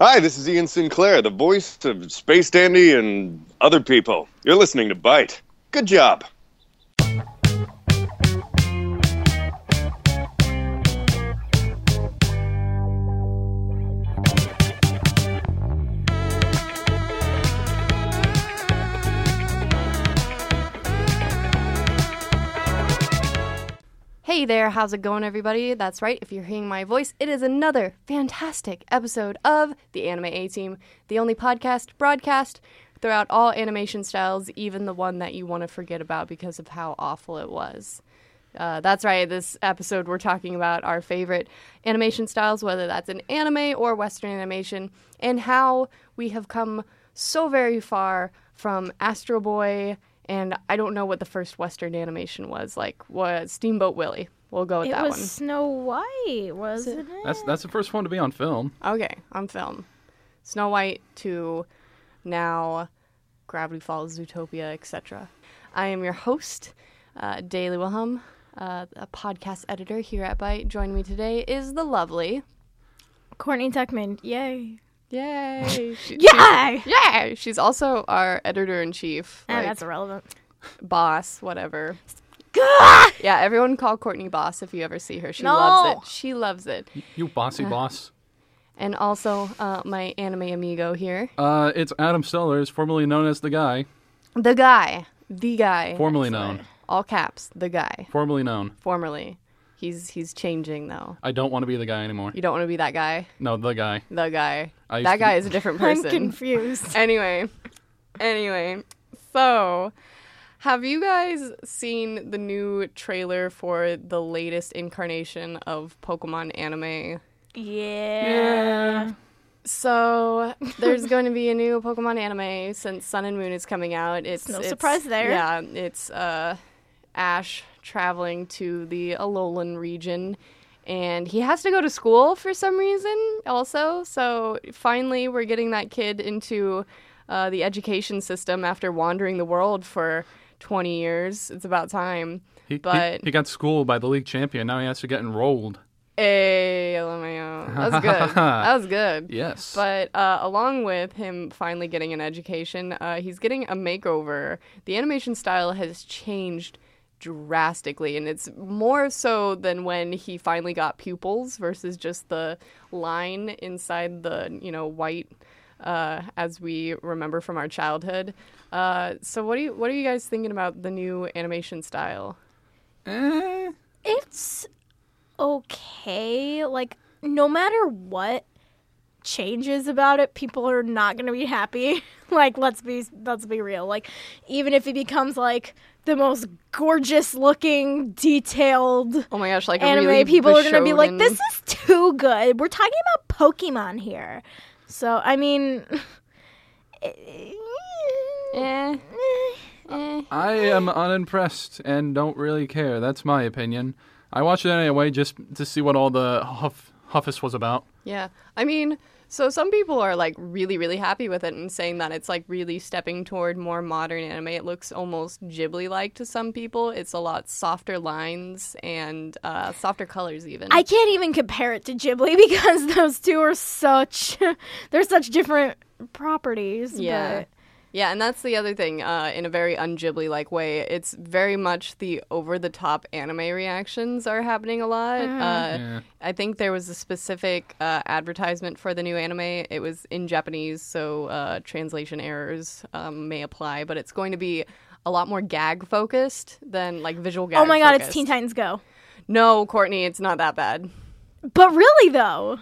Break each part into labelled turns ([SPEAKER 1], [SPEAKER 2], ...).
[SPEAKER 1] Hi, this is Ian Sinclair, the voice of Space Dandy and other people. You're listening to Bite. Good job.
[SPEAKER 2] Hey there, how's it going, everybody? That's right, if you're hearing my voice, it is another fantastic episode of the Anime A Team, the only podcast broadcast throughout all animation styles, even the one that you want to forget about because of how awful it was. Uh, that's right, this episode we're talking about our favorite animation styles, whether that's an anime or Western animation, and how we have come so very far from Astro Boy and I don't know what the first Western animation was like. Was Steamboat Willie? We'll go with
[SPEAKER 3] It
[SPEAKER 2] that
[SPEAKER 3] was Snow White, wasn't it?
[SPEAKER 4] That's that's the first one to be on film.
[SPEAKER 2] one. Okay, on film, Snow White to now Gravity Falls, Zootopia, etc. I am your host, uh, Daily Wilhelm, uh, a podcast editor here at Byte. Joining me today is the lovely.
[SPEAKER 3] Courtney Tuckman. Yay!
[SPEAKER 2] Yay! She-
[SPEAKER 3] Yay!
[SPEAKER 2] she- Yay! She's also our editor in chief,
[SPEAKER 3] Ah,
[SPEAKER 2] like
[SPEAKER 3] that's irrelevant.
[SPEAKER 2] boss, whatever.
[SPEAKER 3] Gah!
[SPEAKER 2] Yeah, everyone call Courtney Boss if you ever see her. She
[SPEAKER 3] No.
[SPEAKER 2] loves it. She loves it.
[SPEAKER 4] You bossy boss.
[SPEAKER 2] And also uh, my anime amigo here.
[SPEAKER 4] Uh, it's Adam Sellers, formerly known as the guy,
[SPEAKER 2] The guy. The guy.
[SPEAKER 4] formerly known,
[SPEAKER 2] All caps. The guy.
[SPEAKER 4] formerly known.
[SPEAKER 2] Formerly. He's he's changing though.
[SPEAKER 4] I don't want to be the guy anymore.
[SPEAKER 2] You don't want to be that guy.
[SPEAKER 4] No, the guy.
[SPEAKER 2] The guy.
[SPEAKER 4] I used
[SPEAKER 2] That
[SPEAKER 4] to
[SPEAKER 2] guy
[SPEAKER 4] be-
[SPEAKER 2] is a different
[SPEAKER 3] I'm
[SPEAKER 2] person.
[SPEAKER 3] confused.
[SPEAKER 2] anyway. Anyway. So have you guys seen the new trailer for the latest incarnation of Pokemon anime?
[SPEAKER 3] Yeah.
[SPEAKER 2] So there's going to be a new Pokemon anime since Sun and Moon is coming out. It's
[SPEAKER 3] no surprise there.
[SPEAKER 2] Yeah, it's uh, Ash traveling to the Alolan region, and he has to go to school for some reason. Also, so finally we're getting that kid into uh, the education system after wandering the world for 20 years. It's about time.
[SPEAKER 4] He, he-
[SPEAKER 2] But-
[SPEAKER 4] he, got schooled by the league champion. Now he has to get enrolled.
[SPEAKER 2] Hey, LMAO. That was good. that was good.
[SPEAKER 4] Yes.
[SPEAKER 2] But uh, along with him finally getting an education, uh, he's getting a makeover. The animation style has changed drastically, and it's more so than when he finally got pupils versus just the line inside the you know white. Uh, as we remember from our childhood, uh, so what do you what are you guys thinking about the new animation style?
[SPEAKER 4] Eh,
[SPEAKER 3] It's okay. Like, no matter what changes about it, people are not gonna be happy. like, let's be let's be real. Like, even if it becomes like the most gorgeous looking, detailed
[SPEAKER 2] Oh my gosh, like
[SPEAKER 3] anime
[SPEAKER 2] really
[SPEAKER 3] people are going to be like,
[SPEAKER 2] Bishonen-
[SPEAKER 3] this is too good. We're talking about Pokemon here. So, I mean.
[SPEAKER 2] Eh, eh.
[SPEAKER 4] I am unimpressed and don't really care. That's my opinion. I watched it anyway just to see what all the huff huffus was about.
[SPEAKER 2] Yeah. I mean, so some people are like really, really happy with it and saying that it's like really stepping toward more modern anime. It looks almost Ghibli like to some people. It's a lot softer lines and uh, softer colors, even.
[SPEAKER 3] I can't even compare it to Ghibli because those two are such. They're such different properties.
[SPEAKER 2] Yeah.
[SPEAKER 3] But
[SPEAKER 2] Yeah, and that's the other thing. Uh, in a very unghibli like way, it's very much the over the top anime reactions are happening a lot. Uh,
[SPEAKER 4] Yeah.
[SPEAKER 2] I think there was a specific uh, advertisement for the new anime. It was in Japanese, so uh, translation errors um, may apply, but it's going to be a lot more gag focused than like visual gag.
[SPEAKER 3] oh my god, it's
[SPEAKER 2] focused.
[SPEAKER 3] Teen Titans Go.
[SPEAKER 2] No, Courtney, it's not that bad.
[SPEAKER 3] But really, though.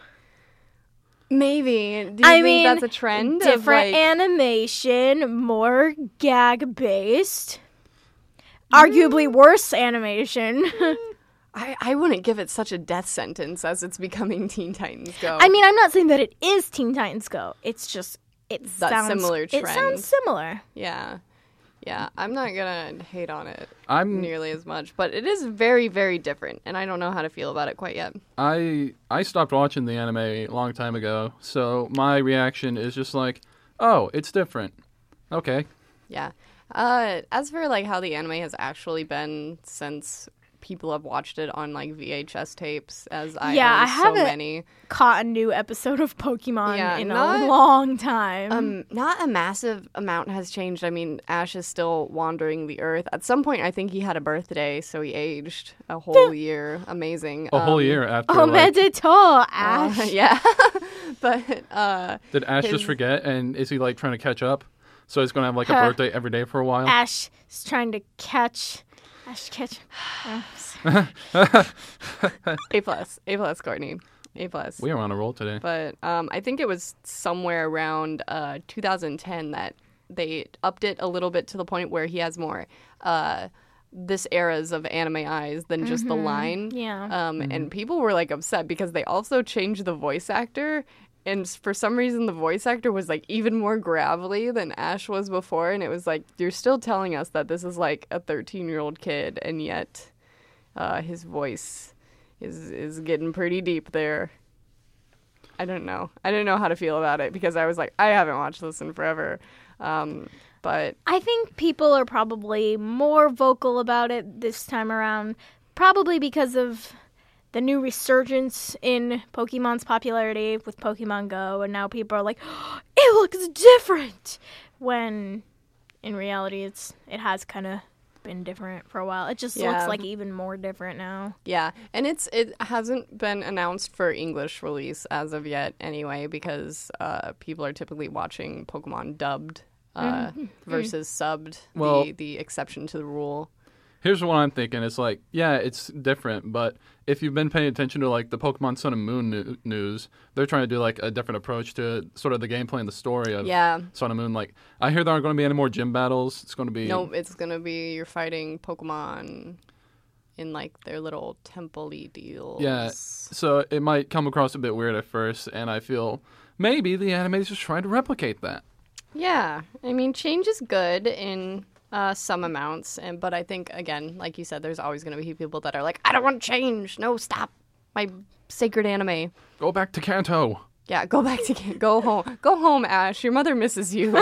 [SPEAKER 2] Maybe. Do you
[SPEAKER 3] I
[SPEAKER 2] think
[SPEAKER 3] mean,
[SPEAKER 2] that's a trend?
[SPEAKER 3] Different
[SPEAKER 2] of, like,
[SPEAKER 3] animation, more gag based.
[SPEAKER 2] Mm.
[SPEAKER 3] Arguably worse animation.
[SPEAKER 2] I, I wouldn't give it such a death sentence as it's becoming Teen Titans Go.
[SPEAKER 3] I mean, I'm not saying that it is Teen Titans Go. It's just it
[SPEAKER 2] That
[SPEAKER 3] sounds
[SPEAKER 2] similar
[SPEAKER 3] It sounds similar.
[SPEAKER 2] Yeah. Yeah, I'm not gonna hate on it
[SPEAKER 4] I'm
[SPEAKER 2] nearly as much, but it is very, very different, and I don't know how to feel about it quite yet.
[SPEAKER 4] I I stopped watching the anime a long time ago, so my reaction is just like, oh, it's different. Okay.
[SPEAKER 2] Yeah. Uh, as for like how the anime has actually been since people have watched it on like VHS tapes as I
[SPEAKER 3] Yeah,
[SPEAKER 2] own
[SPEAKER 3] I
[SPEAKER 2] so
[SPEAKER 3] haven't-
[SPEAKER 2] many.
[SPEAKER 3] Caught a new episode of Pokemon
[SPEAKER 2] Yeah,
[SPEAKER 3] in
[SPEAKER 2] not-
[SPEAKER 3] a long time.
[SPEAKER 2] Um, not a massive amount has changed. I mean, Ash is still wandering the earth. At some point, I think he had a birthday, so he aged a whole year. Amazing.
[SPEAKER 4] A whole
[SPEAKER 2] Um,
[SPEAKER 4] year after.
[SPEAKER 3] oh,
[SPEAKER 4] like,
[SPEAKER 3] Meditol,
[SPEAKER 2] uh,
[SPEAKER 3] Ash.
[SPEAKER 2] yeah. but uh,
[SPEAKER 4] did Ash just
[SPEAKER 2] his-
[SPEAKER 4] forget? And is he like trying to catch up? So he's gonna have like a
[SPEAKER 3] Huh.
[SPEAKER 4] birthday every day for a while.
[SPEAKER 3] Ash is trying to catch. Ash catch. Oh, sorry.
[SPEAKER 2] A plus, A plus, Courtney, A plus.
[SPEAKER 4] We are on a roll today.
[SPEAKER 2] but um, I think it was somewhere around uh, 2010 that they upped it a little bit to the point where he has more uh, this era's of anime eyes than just the line.
[SPEAKER 3] Yeah.
[SPEAKER 2] Um, And people were like upset because they also changed the voice actor. And s- for some reason, the voice actor was like even more gravelly than Ash was before. And it was like, you're still telling us that this is like a 13 year old kid, and yet uh, his voice is is getting pretty deep there. I don't know. I didn't know how to feel about it because I was like, I haven't watched this in forever. Um, but
[SPEAKER 3] I think people are probably more vocal about it this time around, probably because of the new resurgence in Pokemon's popularity with Pokemon Go, and now people are like, "It looks different," when in reality, it's it has kind of been different for a while. It just
[SPEAKER 2] Yeah.
[SPEAKER 3] looks like even more different now.
[SPEAKER 2] yeah, and it's it hasn't been announced for English release as of yet, anyway, because uh, people are typically watching Pokemon dubbed uh, versus subbed.
[SPEAKER 4] Well-
[SPEAKER 2] the, the exception to the rule.
[SPEAKER 4] Here's what I'm thinking. It's like, yeah, it's different, but if you've been paying attention to like the Pokemon Sun and Moon nu- news, they're trying to do like a different approach to sort of the gameplay and the story of
[SPEAKER 2] Yeah.
[SPEAKER 4] Sun and Moon. Like, I hear there aren't going to be any more gym battles. It's going to be
[SPEAKER 2] No, it's gonna be you're fighting Pokemon in like their little temple-y deals.
[SPEAKER 4] Yeah. So it might come across a bit weird at first, and I feel maybe the animators just trying to replicate that.
[SPEAKER 2] Yeah, I mean, change is good in uh, some amounts, and but I think again, like you said, there's always going to be people that are like, "I don't want change. No, stop my sacred anime."
[SPEAKER 4] Go back to Kanto.
[SPEAKER 2] Yeah, go back to go home. Go home, Ash. Your mother misses you.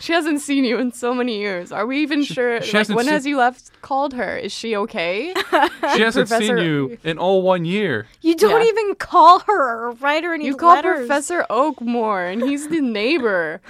[SPEAKER 2] she hasn't seen you in so many years. Are we even sure?
[SPEAKER 4] she
[SPEAKER 2] like,
[SPEAKER 4] hasn't
[SPEAKER 2] when
[SPEAKER 4] seen-
[SPEAKER 2] has you left? Called her. Is she okay?
[SPEAKER 4] She hasn't
[SPEAKER 2] Professor-
[SPEAKER 4] seen you in all one year.
[SPEAKER 3] You don't
[SPEAKER 2] Yeah.
[SPEAKER 3] even call her or write her any
[SPEAKER 2] You call
[SPEAKER 3] letters.
[SPEAKER 2] Professor Oak more, and he's the neighbor.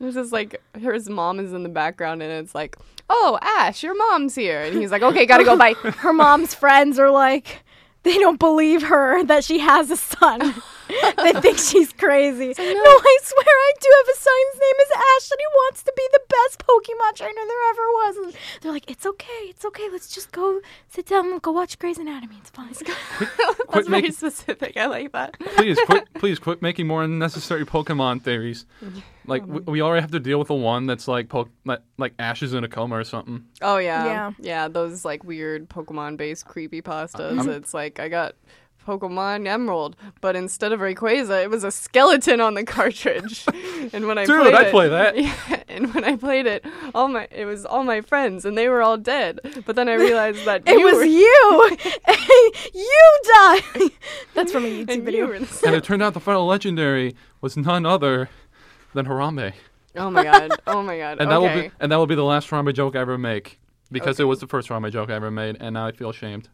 [SPEAKER 2] It's just like his mom is in the background, and it's like, "Oh, Ash, your mom's here," and he's like, "Okay, gotta go." Bye.
[SPEAKER 3] her mom's friends are like they don't believe her that she has a son. they think she's crazy. no. I swear I do have a son. His name is Ash, and he wants to be the best Pokemon trainer there ever was. And they're like, it's okay, it's okay. Let's just go sit down and go watch Grey's Anatomy. It's fine.
[SPEAKER 2] That's
[SPEAKER 4] Quit
[SPEAKER 2] very
[SPEAKER 4] making-
[SPEAKER 2] specific. I like that.
[SPEAKER 4] please, quit, please quit making more unnecessary Pokemon theories. Like we, we already have to deal with the one that's like po- like, like ashes in a coma or something.
[SPEAKER 2] Oh yeah,
[SPEAKER 3] Yeah.
[SPEAKER 2] Those like weird Pokemon-based creepy pastas.
[SPEAKER 4] I'm-
[SPEAKER 2] It's like I got Pokemon Emerald, but instead of Rayquaza, it was a skeleton on the cartridge. and when I
[SPEAKER 4] Dude,
[SPEAKER 2] played
[SPEAKER 4] I'd
[SPEAKER 2] it,
[SPEAKER 4] play that.
[SPEAKER 2] Yeah, and when I played it, all my it was all my friends, and they were all dead. But then I realized that
[SPEAKER 3] It
[SPEAKER 2] you
[SPEAKER 3] was
[SPEAKER 2] were,
[SPEAKER 3] you. you die. That's from a YouTube
[SPEAKER 2] and
[SPEAKER 3] video.
[SPEAKER 2] you were the-
[SPEAKER 4] And it turned out the final legendary was none other than Harambe.
[SPEAKER 2] Oh my god! Oh my god!
[SPEAKER 4] And that
[SPEAKER 2] okay.
[SPEAKER 4] will be and that will be the last Harambe joke I ever make because it was the first Harambe joke I ever made, and now I feel ashamed.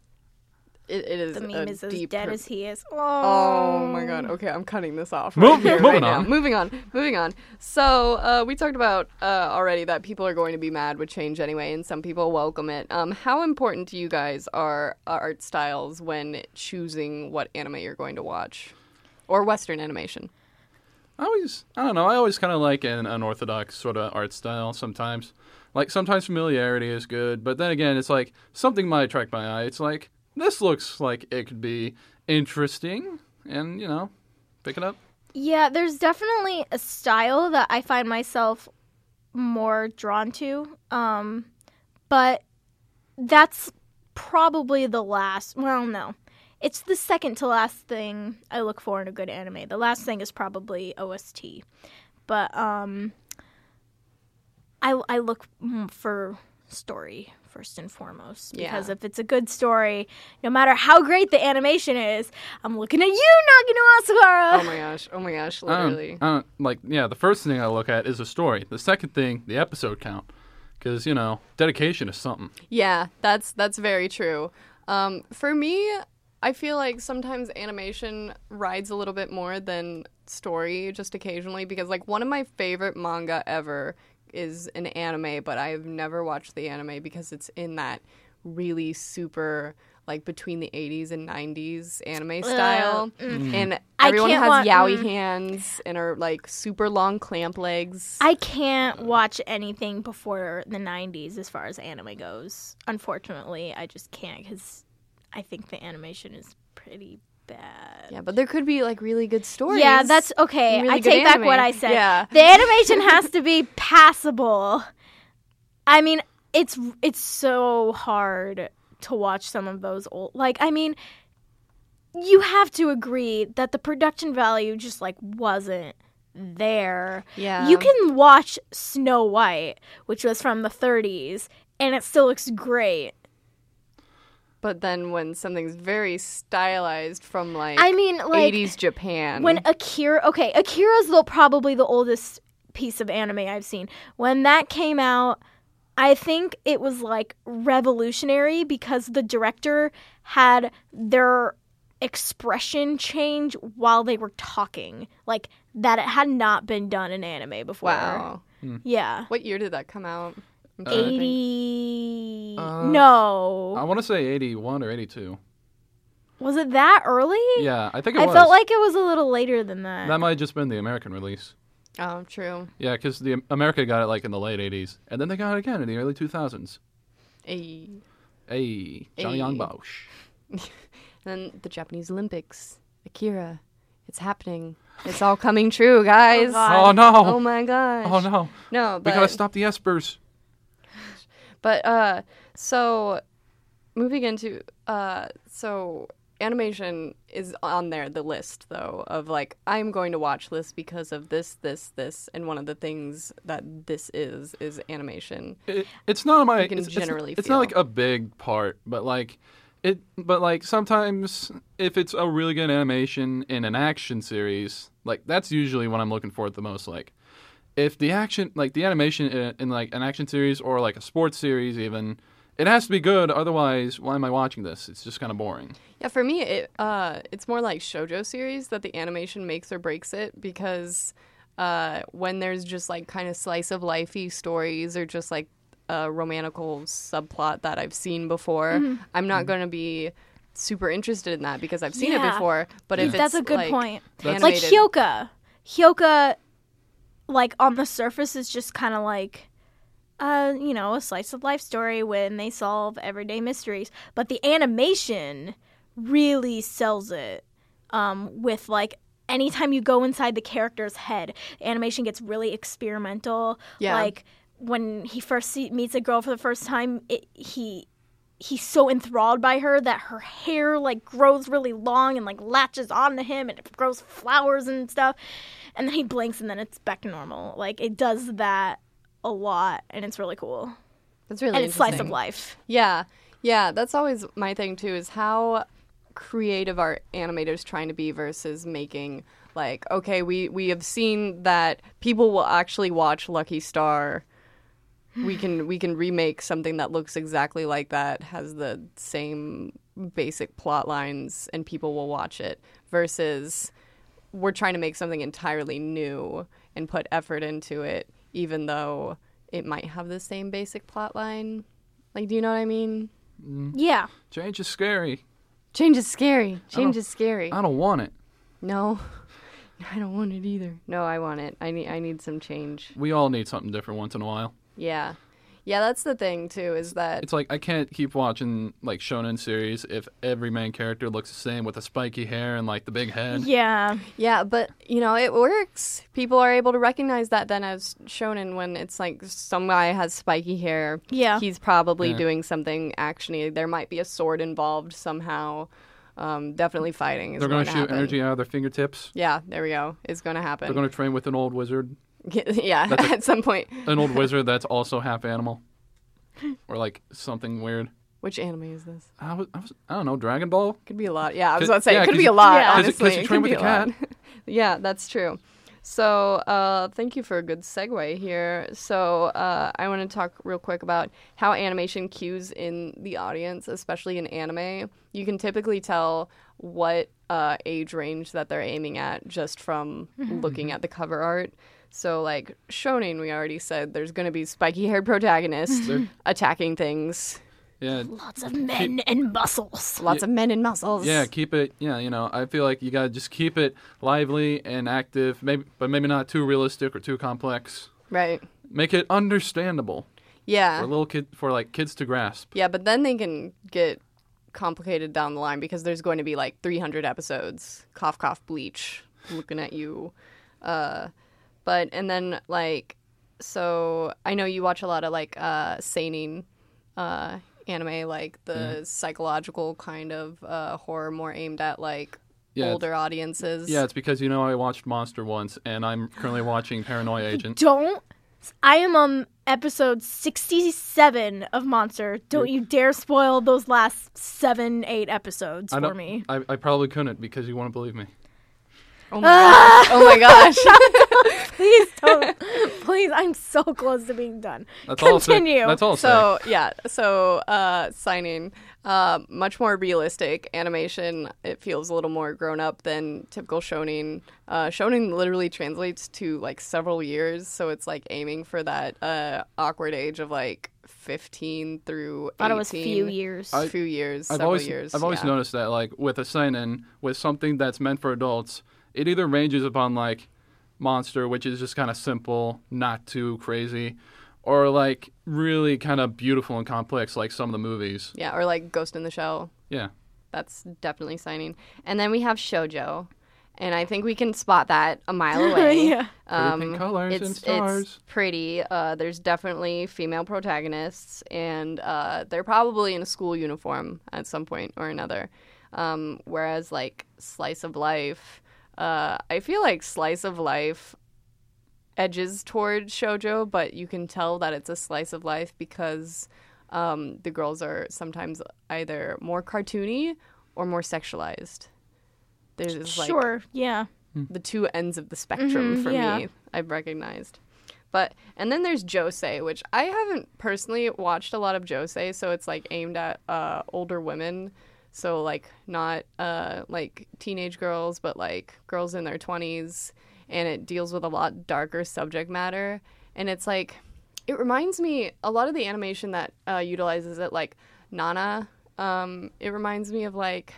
[SPEAKER 2] it, it is
[SPEAKER 3] the meme
[SPEAKER 2] a
[SPEAKER 3] is as
[SPEAKER 2] deep
[SPEAKER 3] dead
[SPEAKER 2] per-
[SPEAKER 3] as he is.
[SPEAKER 2] Oh my god. Okay, I'm cutting this off.
[SPEAKER 4] Move-
[SPEAKER 2] here,
[SPEAKER 4] moving
[SPEAKER 2] now.
[SPEAKER 4] on.
[SPEAKER 2] Moving on. Moving on. So uh, we talked about uh, already that people are going to be mad with change anyway, and some people welcome it. Um, how important to you guys are uh, art styles when choosing what anime you're going to watch, or Western animation?
[SPEAKER 4] I always, I don't know. I always kind of like an unorthodox sort of art style sometimes. Like sometimes familiarity is good, but then again, it's like something might attract my eye. It's like this looks like it could be interesting, and you know, pick it up.
[SPEAKER 3] Yeah, there's definitely a style that I find myself more drawn to. Um, but that's probably the last. Well, no. It's the second to last thing I look for in a good anime. The last thing is probably OST. But um, I, I look mm, for story first and foremost because
[SPEAKER 2] Yeah.
[SPEAKER 3] if it's a good story, no matter how great the animation is, I'm looking at you, Nagino Asahara.
[SPEAKER 2] Oh my gosh. Oh my gosh.
[SPEAKER 4] I don't-
[SPEAKER 2] Literally.
[SPEAKER 4] I don't- like yeah, the first thing I look at is a story. The second thing, the episode count. because you know dedication is something.
[SPEAKER 2] Yeah, that's that's very true. Um, for me, I feel like sometimes animation rides a little bit more than story just occasionally because like one of my favorite manga ever is an anime, but I've never watched the anime because it's in that really super like between the 80s and 90s anime style and
[SPEAKER 3] mm. I
[SPEAKER 2] everyone
[SPEAKER 3] can't
[SPEAKER 2] has
[SPEAKER 3] wa-
[SPEAKER 2] yaoi
[SPEAKER 3] mm.
[SPEAKER 2] hands and are like super long clamp legs.
[SPEAKER 3] I can't watch anything before the 90s as far as anime goes. Unfortunately, I just can't because I think the animation is pretty bad.
[SPEAKER 2] yeah, but there could be like really good stories.
[SPEAKER 3] Yeah, that's okay.
[SPEAKER 2] Really
[SPEAKER 3] I
[SPEAKER 2] good
[SPEAKER 3] take back what
[SPEAKER 2] anime.
[SPEAKER 3] I said.
[SPEAKER 2] Yeah.
[SPEAKER 3] The animation has to be passable. I mean, it's it's so hard to watch some of those old like I mean, you have to agree that the production value just like wasn't there.
[SPEAKER 2] Yeah.
[SPEAKER 3] You can watch Snow White, which was from the 30s, and it still looks great.
[SPEAKER 2] But then when something's very stylized from like
[SPEAKER 3] I mean, like
[SPEAKER 2] 80s Japan.
[SPEAKER 3] when Akira, okay, Akira's the, probably the oldest piece of anime I've seen. When that came out, I think it was like revolutionary because the director had their expression change while they were talking, like that it had not been done in anime before.
[SPEAKER 2] wow.
[SPEAKER 3] Yeah.
[SPEAKER 2] What year did that come out? I'm trying to think.
[SPEAKER 3] 80
[SPEAKER 4] Uh,
[SPEAKER 3] no
[SPEAKER 4] I want to say eighty-one or eighty-two.
[SPEAKER 3] Was it that early?
[SPEAKER 4] Yeah, I think it
[SPEAKER 3] I
[SPEAKER 4] was.
[SPEAKER 3] felt like it was a little later than that.
[SPEAKER 4] that might have just been the American release.
[SPEAKER 2] Oh, true.
[SPEAKER 4] Yeah, because the America got it like in the late '80s, and then they got it again in the early 2000s.
[SPEAKER 2] A-
[SPEAKER 4] Hey, Johnny
[SPEAKER 2] Hey.
[SPEAKER 4] Young Bosch.
[SPEAKER 2] then the Japanese Olympics. Akira. It's happening. It's all coming true, guys.
[SPEAKER 3] Oh, God.
[SPEAKER 4] Oh no!
[SPEAKER 2] Oh, my gosh.
[SPEAKER 4] Oh no!
[SPEAKER 2] No,
[SPEAKER 4] We gotta
[SPEAKER 2] but
[SPEAKER 4] stop the espers.
[SPEAKER 2] But uh so moving into uh so animation is on there the list though of like I'm going to watch this because of this this this and one of the things that this is is animation.
[SPEAKER 4] It, it's not my.
[SPEAKER 2] can
[SPEAKER 4] it's, it's-
[SPEAKER 2] generally
[SPEAKER 4] It's, not
[SPEAKER 2] feel.
[SPEAKER 4] like a big part, but like it. But like sometimes, if it's a really good animation in an action series, like that's usually what I'm looking for the most. Like if the action, like the animation in, in like an action series or like a sports series, even it has to be good. Otherwise, why am I watching this? It's just kind of boring.
[SPEAKER 2] Yeah, for me it uh it's more like shojo series that the animation makes or breaks it because uh when there's just like kind of slice of lifey stories or just like a romantical subplot that I've seen before,
[SPEAKER 3] Mm-hmm.
[SPEAKER 2] I'm not going to be super interested in that because I've seen it
[SPEAKER 3] Yeah.
[SPEAKER 2] before. But if
[SPEAKER 3] That's
[SPEAKER 2] it's,
[SPEAKER 3] a good
[SPEAKER 2] like,
[SPEAKER 3] point.
[SPEAKER 2] That's-
[SPEAKER 3] Like
[SPEAKER 2] animated-
[SPEAKER 3] Hyoka. Hyoka, like on the surface, is just kind of like, uh, you know, a slice of life story when they solve everyday mysteries. But the animation really sells it um, with like. Anytime you go inside the character's head, animation gets really experimental.
[SPEAKER 2] Yeah.
[SPEAKER 3] Like when he first see, meets a girl for the first time, it, he he's so enthralled by her that her hair like grows really long and like latches onto him and it grows flowers and stuff and then he blinks and then it's back to normal like it does that a lot and it's really cool
[SPEAKER 2] that's really
[SPEAKER 3] and it's slice of
[SPEAKER 2] interesting.
[SPEAKER 3] life
[SPEAKER 2] Yeah, yeah, that's always my thing too. Is how creative are animators trying to be versus making like okay, we we have seen that people will actually watch Lucky Star. We can we can remake something that looks exactly like that, has the same basic plot lines, and people will watch it. Versus we're trying to make something entirely new and put effort into it, even though it might have the same basic plot line. Like, do you know what I mean?
[SPEAKER 3] yeah
[SPEAKER 4] Change is scary.
[SPEAKER 2] Change is scary. Change
[SPEAKER 4] Oh.
[SPEAKER 2] is scary.
[SPEAKER 4] I don't want it.
[SPEAKER 2] No, I don't want it either. No, I want it. I need. I need some change.
[SPEAKER 4] We all need something different once in a while.
[SPEAKER 2] Yeah, yeah. That's the thing too. Is that
[SPEAKER 4] It's like I can't keep watching like shonen series if every main character looks the same with the spiky hair and like the big head.
[SPEAKER 3] yeah
[SPEAKER 2] yeah? But you know, it works. People are able to recognize that then as shonen when it's like some guy has spiky hair.
[SPEAKER 3] Yeah.
[SPEAKER 2] he's probably
[SPEAKER 4] Yeah.
[SPEAKER 2] doing something actiony. There might be a sword involved somehow. Um, definitely fighting. Is
[SPEAKER 4] They're
[SPEAKER 2] going
[SPEAKER 4] gonna
[SPEAKER 2] to
[SPEAKER 4] shoot energy out of their fingertips.
[SPEAKER 2] Yeah, there we go. It's going to happen.
[SPEAKER 4] They're gonna train with an old wizard,
[SPEAKER 2] yeah, at some point.
[SPEAKER 4] an old wizard that's also half animal, or like something weird.
[SPEAKER 2] Which anime is this?
[SPEAKER 4] I was, I, was, I don't know, Dragon Ball.
[SPEAKER 2] Could be a lot. Yeah, I was
[SPEAKER 4] Could-
[SPEAKER 2] about to say
[SPEAKER 4] yeah,
[SPEAKER 2] it could
[SPEAKER 4] could
[SPEAKER 2] be a
[SPEAKER 4] you-
[SPEAKER 2] lot.
[SPEAKER 3] yeah.
[SPEAKER 4] Could
[SPEAKER 2] Honestly,
[SPEAKER 4] you- could you
[SPEAKER 2] it
[SPEAKER 4] train
[SPEAKER 2] could be
[SPEAKER 4] with
[SPEAKER 2] a
[SPEAKER 4] a
[SPEAKER 2] lot. yeah, that's true. So, uh, thank you for a good segue here. So, uh, I want to talk real quick about how animation cues in the audience, especially in anime. You can typically tell what uh, age range that they're aiming at just from looking at the cover art. So, like shonen, we already said there's going to be spiky haired protagonists
[SPEAKER 4] They're-
[SPEAKER 2] attacking things,
[SPEAKER 4] Yeah,
[SPEAKER 3] Lots of men and muscles.
[SPEAKER 2] lots of men in muscles.
[SPEAKER 4] Yeah, keep it. Yeah, you know, I feel like you gotta just keep it lively and active, maybe, but maybe not too realistic or too complex.
[SPEAKER 2] Right.
[SPEAKER 4] Make it understandable
[SPEAKER 2] Yeah.
[SPEAKER 4] for little kid, for like kids to grasp.
[SPEAKER 2] Yeah, but then they can get complicated down the line because there's going to be like 300 episodes. Cough, cough, bleach, looking at you. Uh, but and then like, so I know you watch a lot of like uh, seinen uh, anime, like the
[SPEAKER 4] Mm-hmm.
[SPEAKER 2] psychological kind of uh, horror, more aimed at like
[SPEAKER 4] Yeah, it's-
[SPEAKER 2] older audiences.
[SPEAKER 4] Yeah, it's because you know I watched Monster once, and I'm currently watching Paranoia Agent.
[SPEAKER 3] Don't. I am on episode 67 of Monster. Don't you dare spoil those last seven, eight episodes
[SPEAKER 4] I
[SPEAKER 3] for
[SPEAKER 4] don't-
[SPEAKER 3] me.
[SPEAKER 4] I, I probably couldn't because you wouldn't believe me.
[SPEAKER 2] Oh my gosh. Oh my gosh.
[SPEAKER 3] Please don't. Please, I'm so close to being done.
[SPEAKER 4] That's all. I'll say-
[SPEAKER 3] Continue.
[SPEAKER 4] That's all. I'll say.
[SPEAKER 2] So yeah, so uh, signing, uh, much more realistic animation. It feels a little more grown up than typical shonen. Uh, shonen literally translates to like several years, so it's like aiming for that uh, awkward age of like fifteen through. 18.
[SPEAKER 3] I thought it was few years.
[SPEAKER 2] A few years,
[SPEAKER 4] I've
[SPEAKER 2] several
[SPEAKER 4] always
[SPEAKER 2] years.
[SPEAKER 4] I've always
[SPEAKER 2] yeah.
[SPEAKER 4] noticed that like with a seinen with something that's meant for adults, it either ranges upon like monster, which is just kind of simple, not too crazy, or like really kind of beautiful and complex, like some of the movies.
[SPEAKER 2] Yeah, or like Ghost in the Shell.
[SPEAKER 4] Yeah,
[SPEAKER 2] That's definitely signing. And then we have shojo, and I think we can spot that a mile away.
[SPEAKER 3] Yeah.
[SPEAKER 4] Pretty pink colors and stars.
[SPEAKER 2] Um, It's pretty. Uh, there's definitely female protagonists, and uh, they're probably in a school uniform at some point or another. Um, whereas, like, slice of life, uh, I feel like slice of life edges toward shojo, but you can tell that it's a slice of life because um, the girls are sometimes either more cartoony or more sexualized. There's like
[SPEAKER 3] sure, yeah.
[SPEAKER 2] the two ends of the spectrum
[SPEAKER 3] Mhm,
[SPEAKER 2] for
[SPEAKER 3] yeah.
[SPEAKER 2] me. I've recognized. But and then there's Jose, which I haven't personally watched a lot of Jose, so it's like aimed at uh, older women, so like not uh, like teenage girls, but like girls in their twenties, and it deals with a lot darker subject matter, and it's like it reminds me a lot of the animation that uh, utilizes it, like Nana. Um, it reminds me of like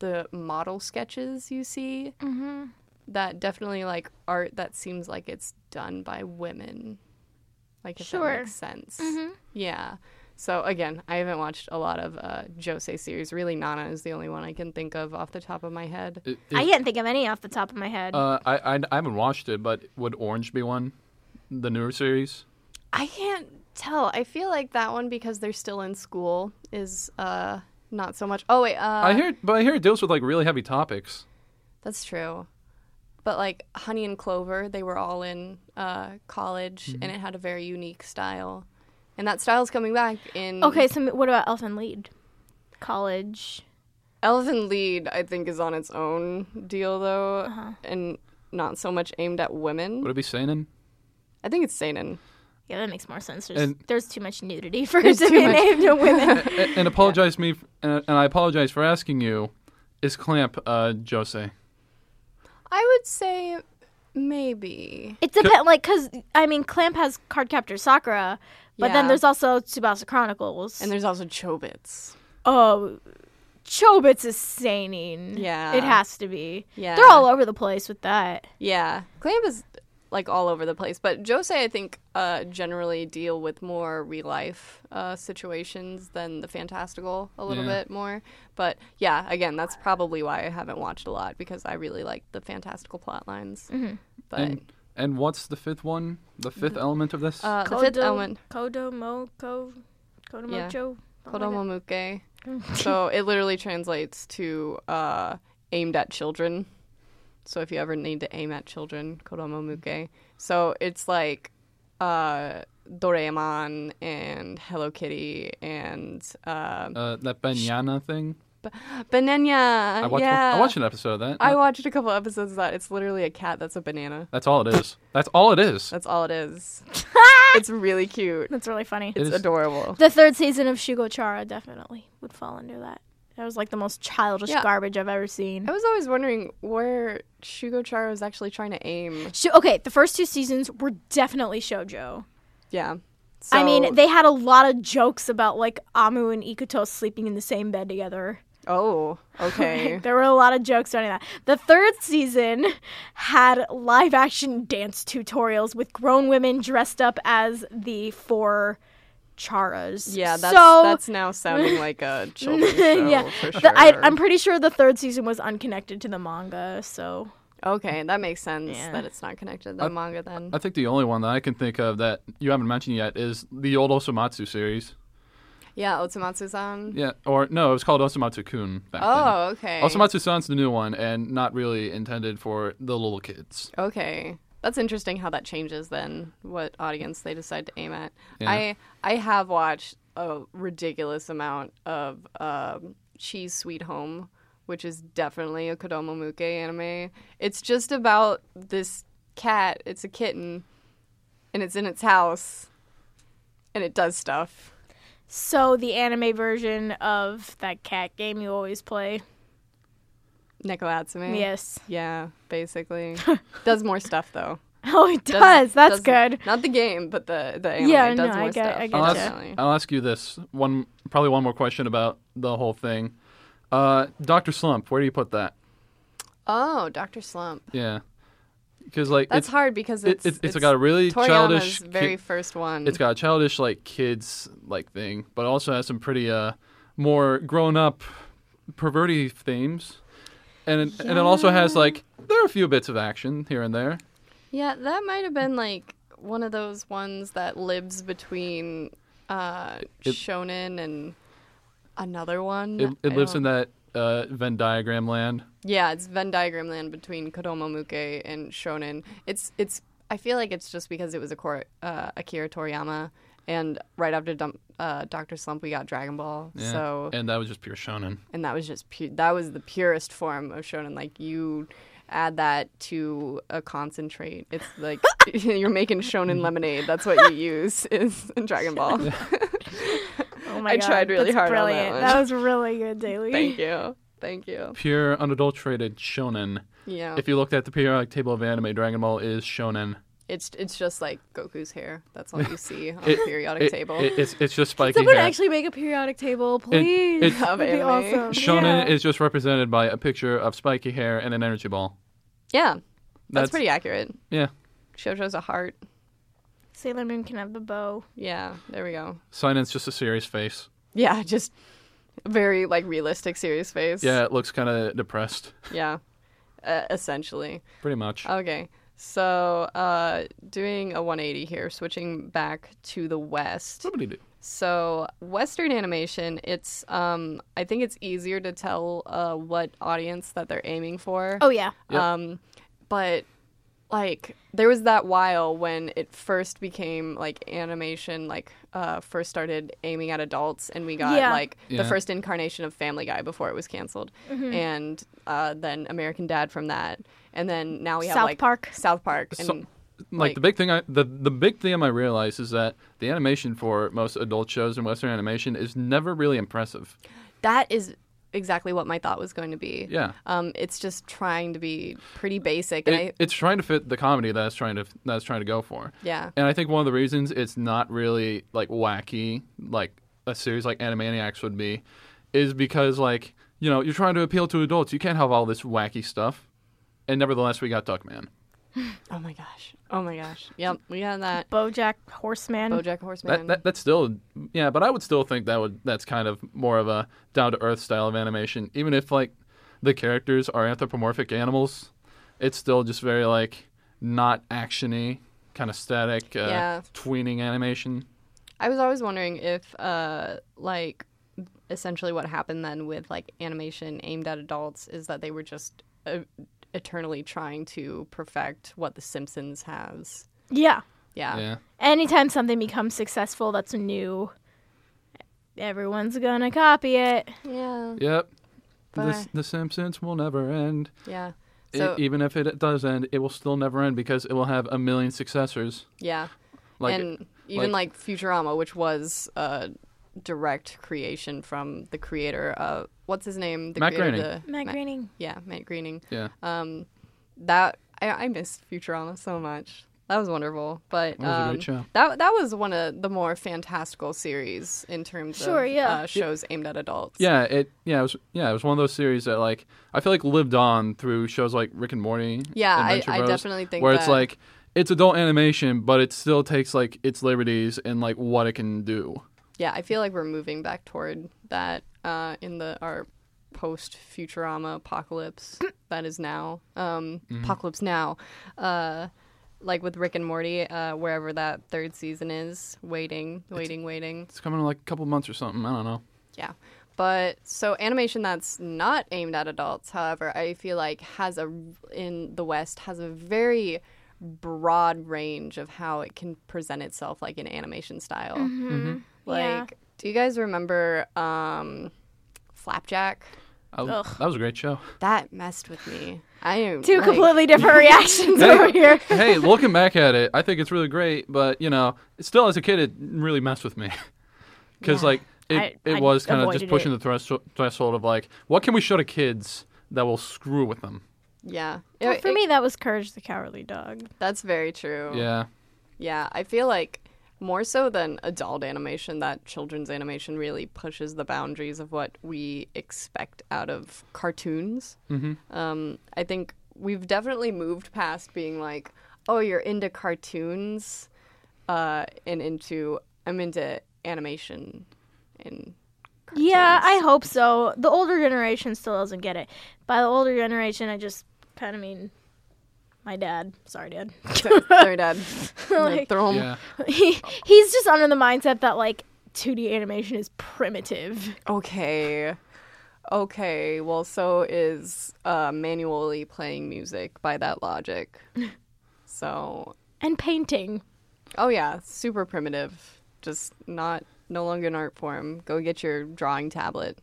[SPEAKER 2] the model sketches you see Mm-hmm. that definitely like art that seems like it's done by women. Like if
[SPEAKER 3] Sure.
[SPEAKER 2] that makes sense. Yeah. So again, I haven't watched a lot of uh, Jose series. Really, Nana is the only one I can think of off the top of my head.
[SPEAKER 4] It- it-
[SPEAKER 3] I can't think of any off the top of my head.
[SPEAKER 4] uh, I, I I haven't watched it, but would Orange be one? The newer series.
[SPEAKER 2] I can't tell. I feel like that one because they're still in school is uh, not so much. Oh wait, uh,
[SPEAKER 4] I hear, but I hear it deals with like really heavy topics.
[SPEAKER 2] That's true. But like Honey and Clover, they were all in uh, college, and it had a very unique style. And that style's coming back in.
[SPEAKER 3] okay, so what about Elf and Lead? College.
[SPEAKER 2] Elven Lead, I think, is on its own deal though, and not so much aimed at women.
[SPEAKER 4] Would it be seinen?
[SPEAKER 2] I think it's seinen.
[SPEAKER 3] Yeah, that makes more sense. There's,
[SPEAKER 4] And-
[SPEAKER 3] there's too much nudity for it to
[SPEAKER 2] too
[SPEAKER 3] be
[SPEAKER 2] much-
[SPEAKER 3] named to women.
[SPEAKER 4] A- and, apologize me, f- and, and I apologize for asking you. Is Clamp uh, Jose?
[SPEAKER 2] I would say maybe.
[SPEAKER 3] It depends, like, because, I mean, Clamp has Cardcaptor Sakura, but then
[SPEAKER 2] Yeah.
[SPEAKER 3] there's also Tsubasa Chronicles.
[SPEAKER 2] And there's also Chobits.
[SPEAKER 3] oh, Chobits is saning.
[SPEAKER 2] Yeah.
[SPEAKER 3] It has to be.
[SPEAKER 2] Yeah.
[SPEAKER 3] They're all over the place with that.
[SPEAKER 2] Yeah, Clamp is like all over the place, but Jose I think uh, generally deal with more real life uh, situations than the fantastical a little
[SPEAKER 4] Yeah.
[SPEAKER 2] bit more. But yeah, again, that's probably why I haven't watched a lot because I really like the fantastical plot lines. But
[SPEAKER 4] Mm-hmm. And, and what's the fifth one? The fifth element of this?
[SPEAKER 2] uh, the fifth element,
[SPEAKER 3] Kodomo, Ko,
[SPEAKER 2] Yeah.
[SPEAKER 3] Kodomocho.
[SPEAKER 2] Oh Kodomomuke. so it literally translates to uh, aimed at children. So if you ever need to aim at children, Kodomomuke. So it's like uh, Doraemon and Hello Kitty and um
[SPEAKER 4] uh, that Benyana thing?
[SPEAKER 2] Banana.
[SPEAKER 4] I watched,
[SPEAKER 2] yeah.
[SPEAKER 4] I watched an episode of that.
[SPEAKER 2] I watched a couple episodes of that. It's literally a cat that's a banana.
[SPEAKER 4] That's all it is. That's all it is.
[SPEAKER 2] That's all it is. it's really cute.
[SPEAKER 3] That's really funny.
[SPEAKER 4] It
[SPEAKER 2] It's
[SPEAKER 4] is-
[SPEAKER 2] adorable.
[SPEAKER 3] The third season of Shugo Chara definitely would fall under that. That was like the most childish
[SPEAKER 2] Yeah.
[SPEAKER 3] garbage I've ever seen.
[SPEAKER 2] I was always wondering where Shugochara was actually trying to aim.
[SPEAKER 3] Sh- okay, the first two seasons were definitely shojo.
[SPEAKER 2] Yeah.
[SPEAKER 3] I
[SPEAKER 2] So-
[SPEAKER 3] mean, they had a lot of jokes about like Amu and Ikuto sleeping in the same bed together.
[SPEAKER 2] Oh, okay.
[SPEAKER 3] There were a lot of jokes around that. The third season had live action dance tutorials with grown women dressed up as the four charas.
[SPEAKER 2] Yeah, that's
[SPEAKER 3] so
[SPEAKER 2] that's now sounding like a children's show
[SPEAKER 3] Yeah.
[SPEAKER 2] for sure.
[SPEAKER 3] the- I, I'm pretty sure the third season was unconnected to the manga. So
[SPEAKER 2] okay, that makes sense
[SPEAKER 3] Yeah.
[SPEAKER 2] that it's not connected to the manga then.
[SPEAKER 4] I think the only one that I can think of that you haven't mentioned yet is the old Osomatsu series.
[SPEAKER 2] yeah, Otsumatsu-san.
[SPEAKER 4] Yeah, or no, it was called Osomatsu Kun back then.
[SPEAKER 2] Oh, okay.
[SPEAKER 4] Osomatsu San's the new one and not really intended for the little kids.
[SPEAKER 2] Okay. That's interesting how that changes then what audience they decide to aim at.
[SPEAKER 4] Yeah.
[SPEAKER 2] I I have watched a ridiculous amount of um, Cheese Sweet Home, which is definitely a Kodomo Muke anime. It's just about this cat, it's a kitten, and it's in its house and it does stuff.
[SPEAKER 3] so the anime version of that cat game you always play.
[SPEAKER 2] Neko Atsume.
[SPEAKER 3] Yes.
[SPEAKER 2] Yeah, basically. does more stuff though.
[SPEAKER 3] Oh, it does. That's good.
[SPEAKER 2] Not the game, but the the anime
[SPEAKER 3] Yeah,
[SPEAKER 2] does
[SPEAKER 3] no, I
[SPEAKER 2] more
[SPEAKER 3] get-
[SPEAKER 2] stuff.
[SPEAKER 3] I get
[SPEAKER 4] I'll
[SPEAKER 3] Gotcha.
[SPEAKER 4] ask,
[SPEAKER 2] definitely.
[SPEAKER 4] I'll ask you this one, probably one more question about the whole thing. Uh, Doctor Slump, where do you put that?
[SPEAKER 2] Oh, Dr. Slump.
[SPEAKER 4] Yeah, because like
[SPEAKER 2] That's
[SPEAKER 4] it's
[SPEAKER 2] hard because
[SPEAKER 4] it-
[SPEAKER 2] it's
[SPEAKER 4] it's- it's got a really
[SPEAKER 2] Toriyama's
[SPEAKER 4] childish
[SPEAKER 2] very
[SPEAKER 4] ki-
[SPEAKER 2] first one.
[SPEAKER 4] it's got a childish like kids like thing, but also has some pretty uh more grown up perverty themes, and it, and it also has like there are a few bits of action here and there.
[SPEAKER 2] yeah, that might have been like one of those ones that lives between uh,
[SPEAKER 4] It-
[SPEAKER 2] shonen and another one.
[SPEAKER 4] It, it
[SPEAKER 2] I
[SPEAKER 4] lives in
[SPEAKER 2] don't-
[SPEAKER 4] that uh, Venn diagram land.
[SPEAKER 2] Yeah, it's Venn diagram land between Kodomo Muke and shonen. It's it's. I feel like it's just because it was a cor- uh, Akira Toriyama, and right after Dum- uh, Doctor Slump, we got Dragon Ball.
[SPEAKER 4] Yeah.
[SPEAKER 2] So
[SPEAKER 4] and that was just pure shonen.
[SPEAKER 2] and that was just pu- that was the purest form of shonen like you add that to a concentrate it's like you're making shonen lemonade that's what you use is dragon ball
[SPEAKER 3] Oh my
[SPEAKER 2] I
[SPEAKER 3] God,
[SPEAKER 2] tried really
[SPEAKER 3] that's
[SPEAKER 2] hard on that
[SPEAKER 3] Brilliant.
[SPEAKER 2] one.
[SPEAKER 3] was really good, Daily.
[SPEAKER 2] thank you thank you
[SPEAKER 4] Pure unadulterated shonen.
[SPEAKER 2] yeah
[SPEAKER 4] If you looked at the periodic table of anime, Dragon Ball is shonen.
[SPEAKER 2] it's it's just like goku's hair that's all you see on
[SPEAKER 4] It-
[SPEAKER 2] the periodic
[SPEAKER 4] it-
[SPEAKER 2] table
[SPEAKER 4] it- it's it's just spiky
[SPEAKER 3] Someone
[SPEAKER 4] hair.
[SPEAKER 3] actually make a periodic table,
[SPEAKER 4] It-
[SPEAKER 3] please.
[SPEAKER 4] it's-
[SPEAKER 2] Of
[SPEAKER 3] That'd be
[SPEAKER 2] anime.
[SPEAKER 3] awesome.
[SPEAKER 4] shonen
[SPEAKER 3] Yeah.
[SPEAKER 4] is just represented by a picture of spiky hair and an energy ball.
[SPEAKER 2] yeah that's,
[SPEAKER 4] That's-
[SPEAKER 2] pretty accurate
[SPEAKER 4] Yeah.
[SPEAKER 2] shoujo's a heart
[SPEAKER 3] Sailor Moon can have the bow.
[SPEAKER 2] yeah there we go
[SPEAKER 4] Sinen's just a serious face.
[SPEAKER 2] yeah just very like realistic serious face
[SPEAKER 4] Yeah, it looks kind of depressed,
[SPEAKER 2] yeah uh, essentially
[SPEAKER 4] pretty much.
[SPEAKER 2] Okay. So, uh, doing a 180 here, switching back to the West.
[SPEAKER 4] Somebody do.
[SPEAKER 2] So, Western animation, it's, um, I think it's easier to tell uh, what audience that they're aiming for.
[SPEAKER 3] Oh yeah.
[SPEAKER 4] Yep.
[SPEAKER 2] Um, but like there was that while when it first became like animation, like uh, first started aiming at adults, and we got
[SPEAKER 3] Yeah.
[SPEAKER 2] like the
[SPEAKER 4] Yeah.
[SPEAKER 2] first incarnation of Family Guy before it was canceled,
[SPEAKER 3] Mm-hmm.
[SPEAKER 2] and uh, then American Dad from that, and then now we have
[SPEAKER 3] South
[SPEAKER 2] like
[SPEAKER 3] Park.
[SPEAKER 2] South Park, and
[SPEAKER 4] So- like,
[SPEAKER 2] like-
[SPEAKER 4] the big thing I the, the big thing I realized is that the animation for most adult shows in Western animation is never really impressive.
[SPEAKER 2] that is exactly what my thought was going to be.
[SPEAKER 4] Yeah.
[SPEAKER 2] Um, it's just trying to be pretty basic, and I,
[SPEAKER 4] It, it's trying to fit the comedy that it's trying to that it's trying to go for.
[SPEAKER 2] yeah,
[SPEAKER 4] And I think one of the reasons it's not really like wacky, like a series like Animaniacs would be, is because like you know you're trying to appeal to adults. You can't have all this wacky stuff. And nevertheless, we got Duckman.
[SPEAKER 2] oh my gosh, oh my gosh, yep, we got that
[SPEAKER 3] Bojack Horseman.
[SPEAKER 2] BoJack Horseman.
[SPEAKER 4] Hmm. That, that that's still yeah, but I would still think that would that's kind of more of a down to earth style of animation. Even if like the characters are anthropomorphic animals, it's still just very like not actiony, kind of static, uh,
[SPEAKER 2] Yeah.
[SPEAKER 4] tweening animation.
[SPEAKER 2] I was always wondering if, uh, like, essentially what happened then with like animation aimed at adults is that they were just uh, eternally trying to perfect what The Simpsons has.
[SPEAKER 3] Yeah.
[SPEAKER 2] Yeah.
[SPEAKER 4] Yeah.
[SPEAKER 3] Anytime something becomes successful that's new, everyone's gonna copy it.
[SPEAKER 2] Yeah.
[SPEAKER 4] Yep.
[SPEAKER 2] But
[SPEAKER 4] The, the Simpsons will never end.
[SPEAKER 2] I- yeah.
[SPEAKER 4] E-
[SPEAKER 2] So
[SPEAKER 4] even if it does end, it will still never end because it will have a million successors.
[SPEAKER 2] yeah,
[SPEAKER 4] Like
[SPEAKER 2] and even like, Futurama, which was a direct creation from the creator of what's his name, the
[SPEAKER 4] Matt
[SPEAKER 2] creator
[SPEAKER 4] Groening.
[SPEAKER 2] Of the,
[SPEAKER 3] Matt Groening.
[SPEAKER 2] yeah, Matt Greening.
[SPEAKER 4] yeah,
[SPEAKER 2] Um, that I, I miss Futurama so much. That was wonderful, but
[SPEAKER 4] That was a
[SPEAKER 2] um,
[SPEAKER 4] great show.
[SPEAKER 2] that that was one of the more fantastical series in terms
[SPEAKER 3] Sure,
[SPEAKER 2] of
[SPEAKER 3] yeah.
[SPEAKER 2] uh, shows aimed at adults.
[SPEAKER 4] yeah, it yeah it was yeah it was one of those series that like I feel like lived on through shows like Rick and Morty.
[SPEAKER 2] Yeah,
[SPEAKER 4] and
[SPEAKER 2] I-
[SPEAKER 4] Venture
[SPEAKER 2] I
[SPEAKER 4] Bros,
[SPEAKER 2] definitely think
[SPEAKER 4] where it's
[SPEAKER 2] that-
[SPEAKER 4] like it's adult animation, but it still takes like its liberties and like what it can do.
[SPEAKER 2] yeah, I feel like we're moving back toward that uh, in the our post Futurama apocalypse that is now um, apocalypse now, uh, like with Rick and Morty, uh, wherever that third season is, waiting, waiting, waiting.
[SPEAKER 4] It's coming in like a couple months or something. I don't know.
[SPEAKER 2] Yeah. But so animation that's not aimed at adults, however, I feel like has a in the West has a very broad range of how it can present itself like in animation style. Like,
[SPEAKER 3] Mm-hmm. Yeah.
[SPEAKER 2] do you guys remember um Flapjack?
[SPEAKER 4] I,
[SPEAKER 3] Ugh.
[SPEAKER 4] that was a great show.
[SPEAKER 2] That messed with me. I am
[SPEAKER 3] Two
[SPEAKER 2] like,
[SPEAKER 3] completely different reactions
[SPEAKER 4] Hey.
[SPEAKER 3] over here.
[SPEAKER 4] hey, looking back at it, I think it's really great, but you know, it still as a kid, it really messed with me because like it,
[SPEAKER 3] I-
[SPEAKER 4] it
[SPEAKER 3] I
[SPEAKER 4] was kind of just
[SPEAKER 3] avoided
[SPEAKER 4] pushing
[SPEAKER 3] it.
[SPEAKER 4] the threshold, threshold of like, what can we show to kids that will screw with them?
[SPEAKER 2] Yeah.
[SPEAKER 3] Well,
[SPEAKER 2] It-
[SPEAKER 3] for
[SPEAKER 2] it-
[SPEAKER 3] me, that was Courage the Cowardly Dog.
[SPEAKER 2] that's very true.
[SPEAKER 4] Yeah,
[SPEAKER 2] Yeah, I feel like more so than adult animation, that children's animation really pushes the boundaries of what we expect out of cartoons. Mm-hmm. Um, I think we've definitely moved past being like, oh, you're into cartoons, uh, and into I'm into animation, and
[SPEAKER 3] Yeah, I hope so. The older generation still doesn't get it. By the older generation, I just kind of mean my dad. Sorry, dad.
[SPEAKER 2] sorry, Dad,
[SPEAKER 3] Like-
[SPEAKER 2] throw 'em.
[SPEAKER 4] yeah.
[SPEAKER 3] he, he's just under the mindset that like 2D animation is primitive.
[SPEAKER 2] Okay. Okay, well, so is uh, manually playing music by that logic. So,
[SPEAKER 3] And painting.
[SPEAKER 2] oh yeah, super primitive. Just not, no longer an art form. Go get your drawing tablet.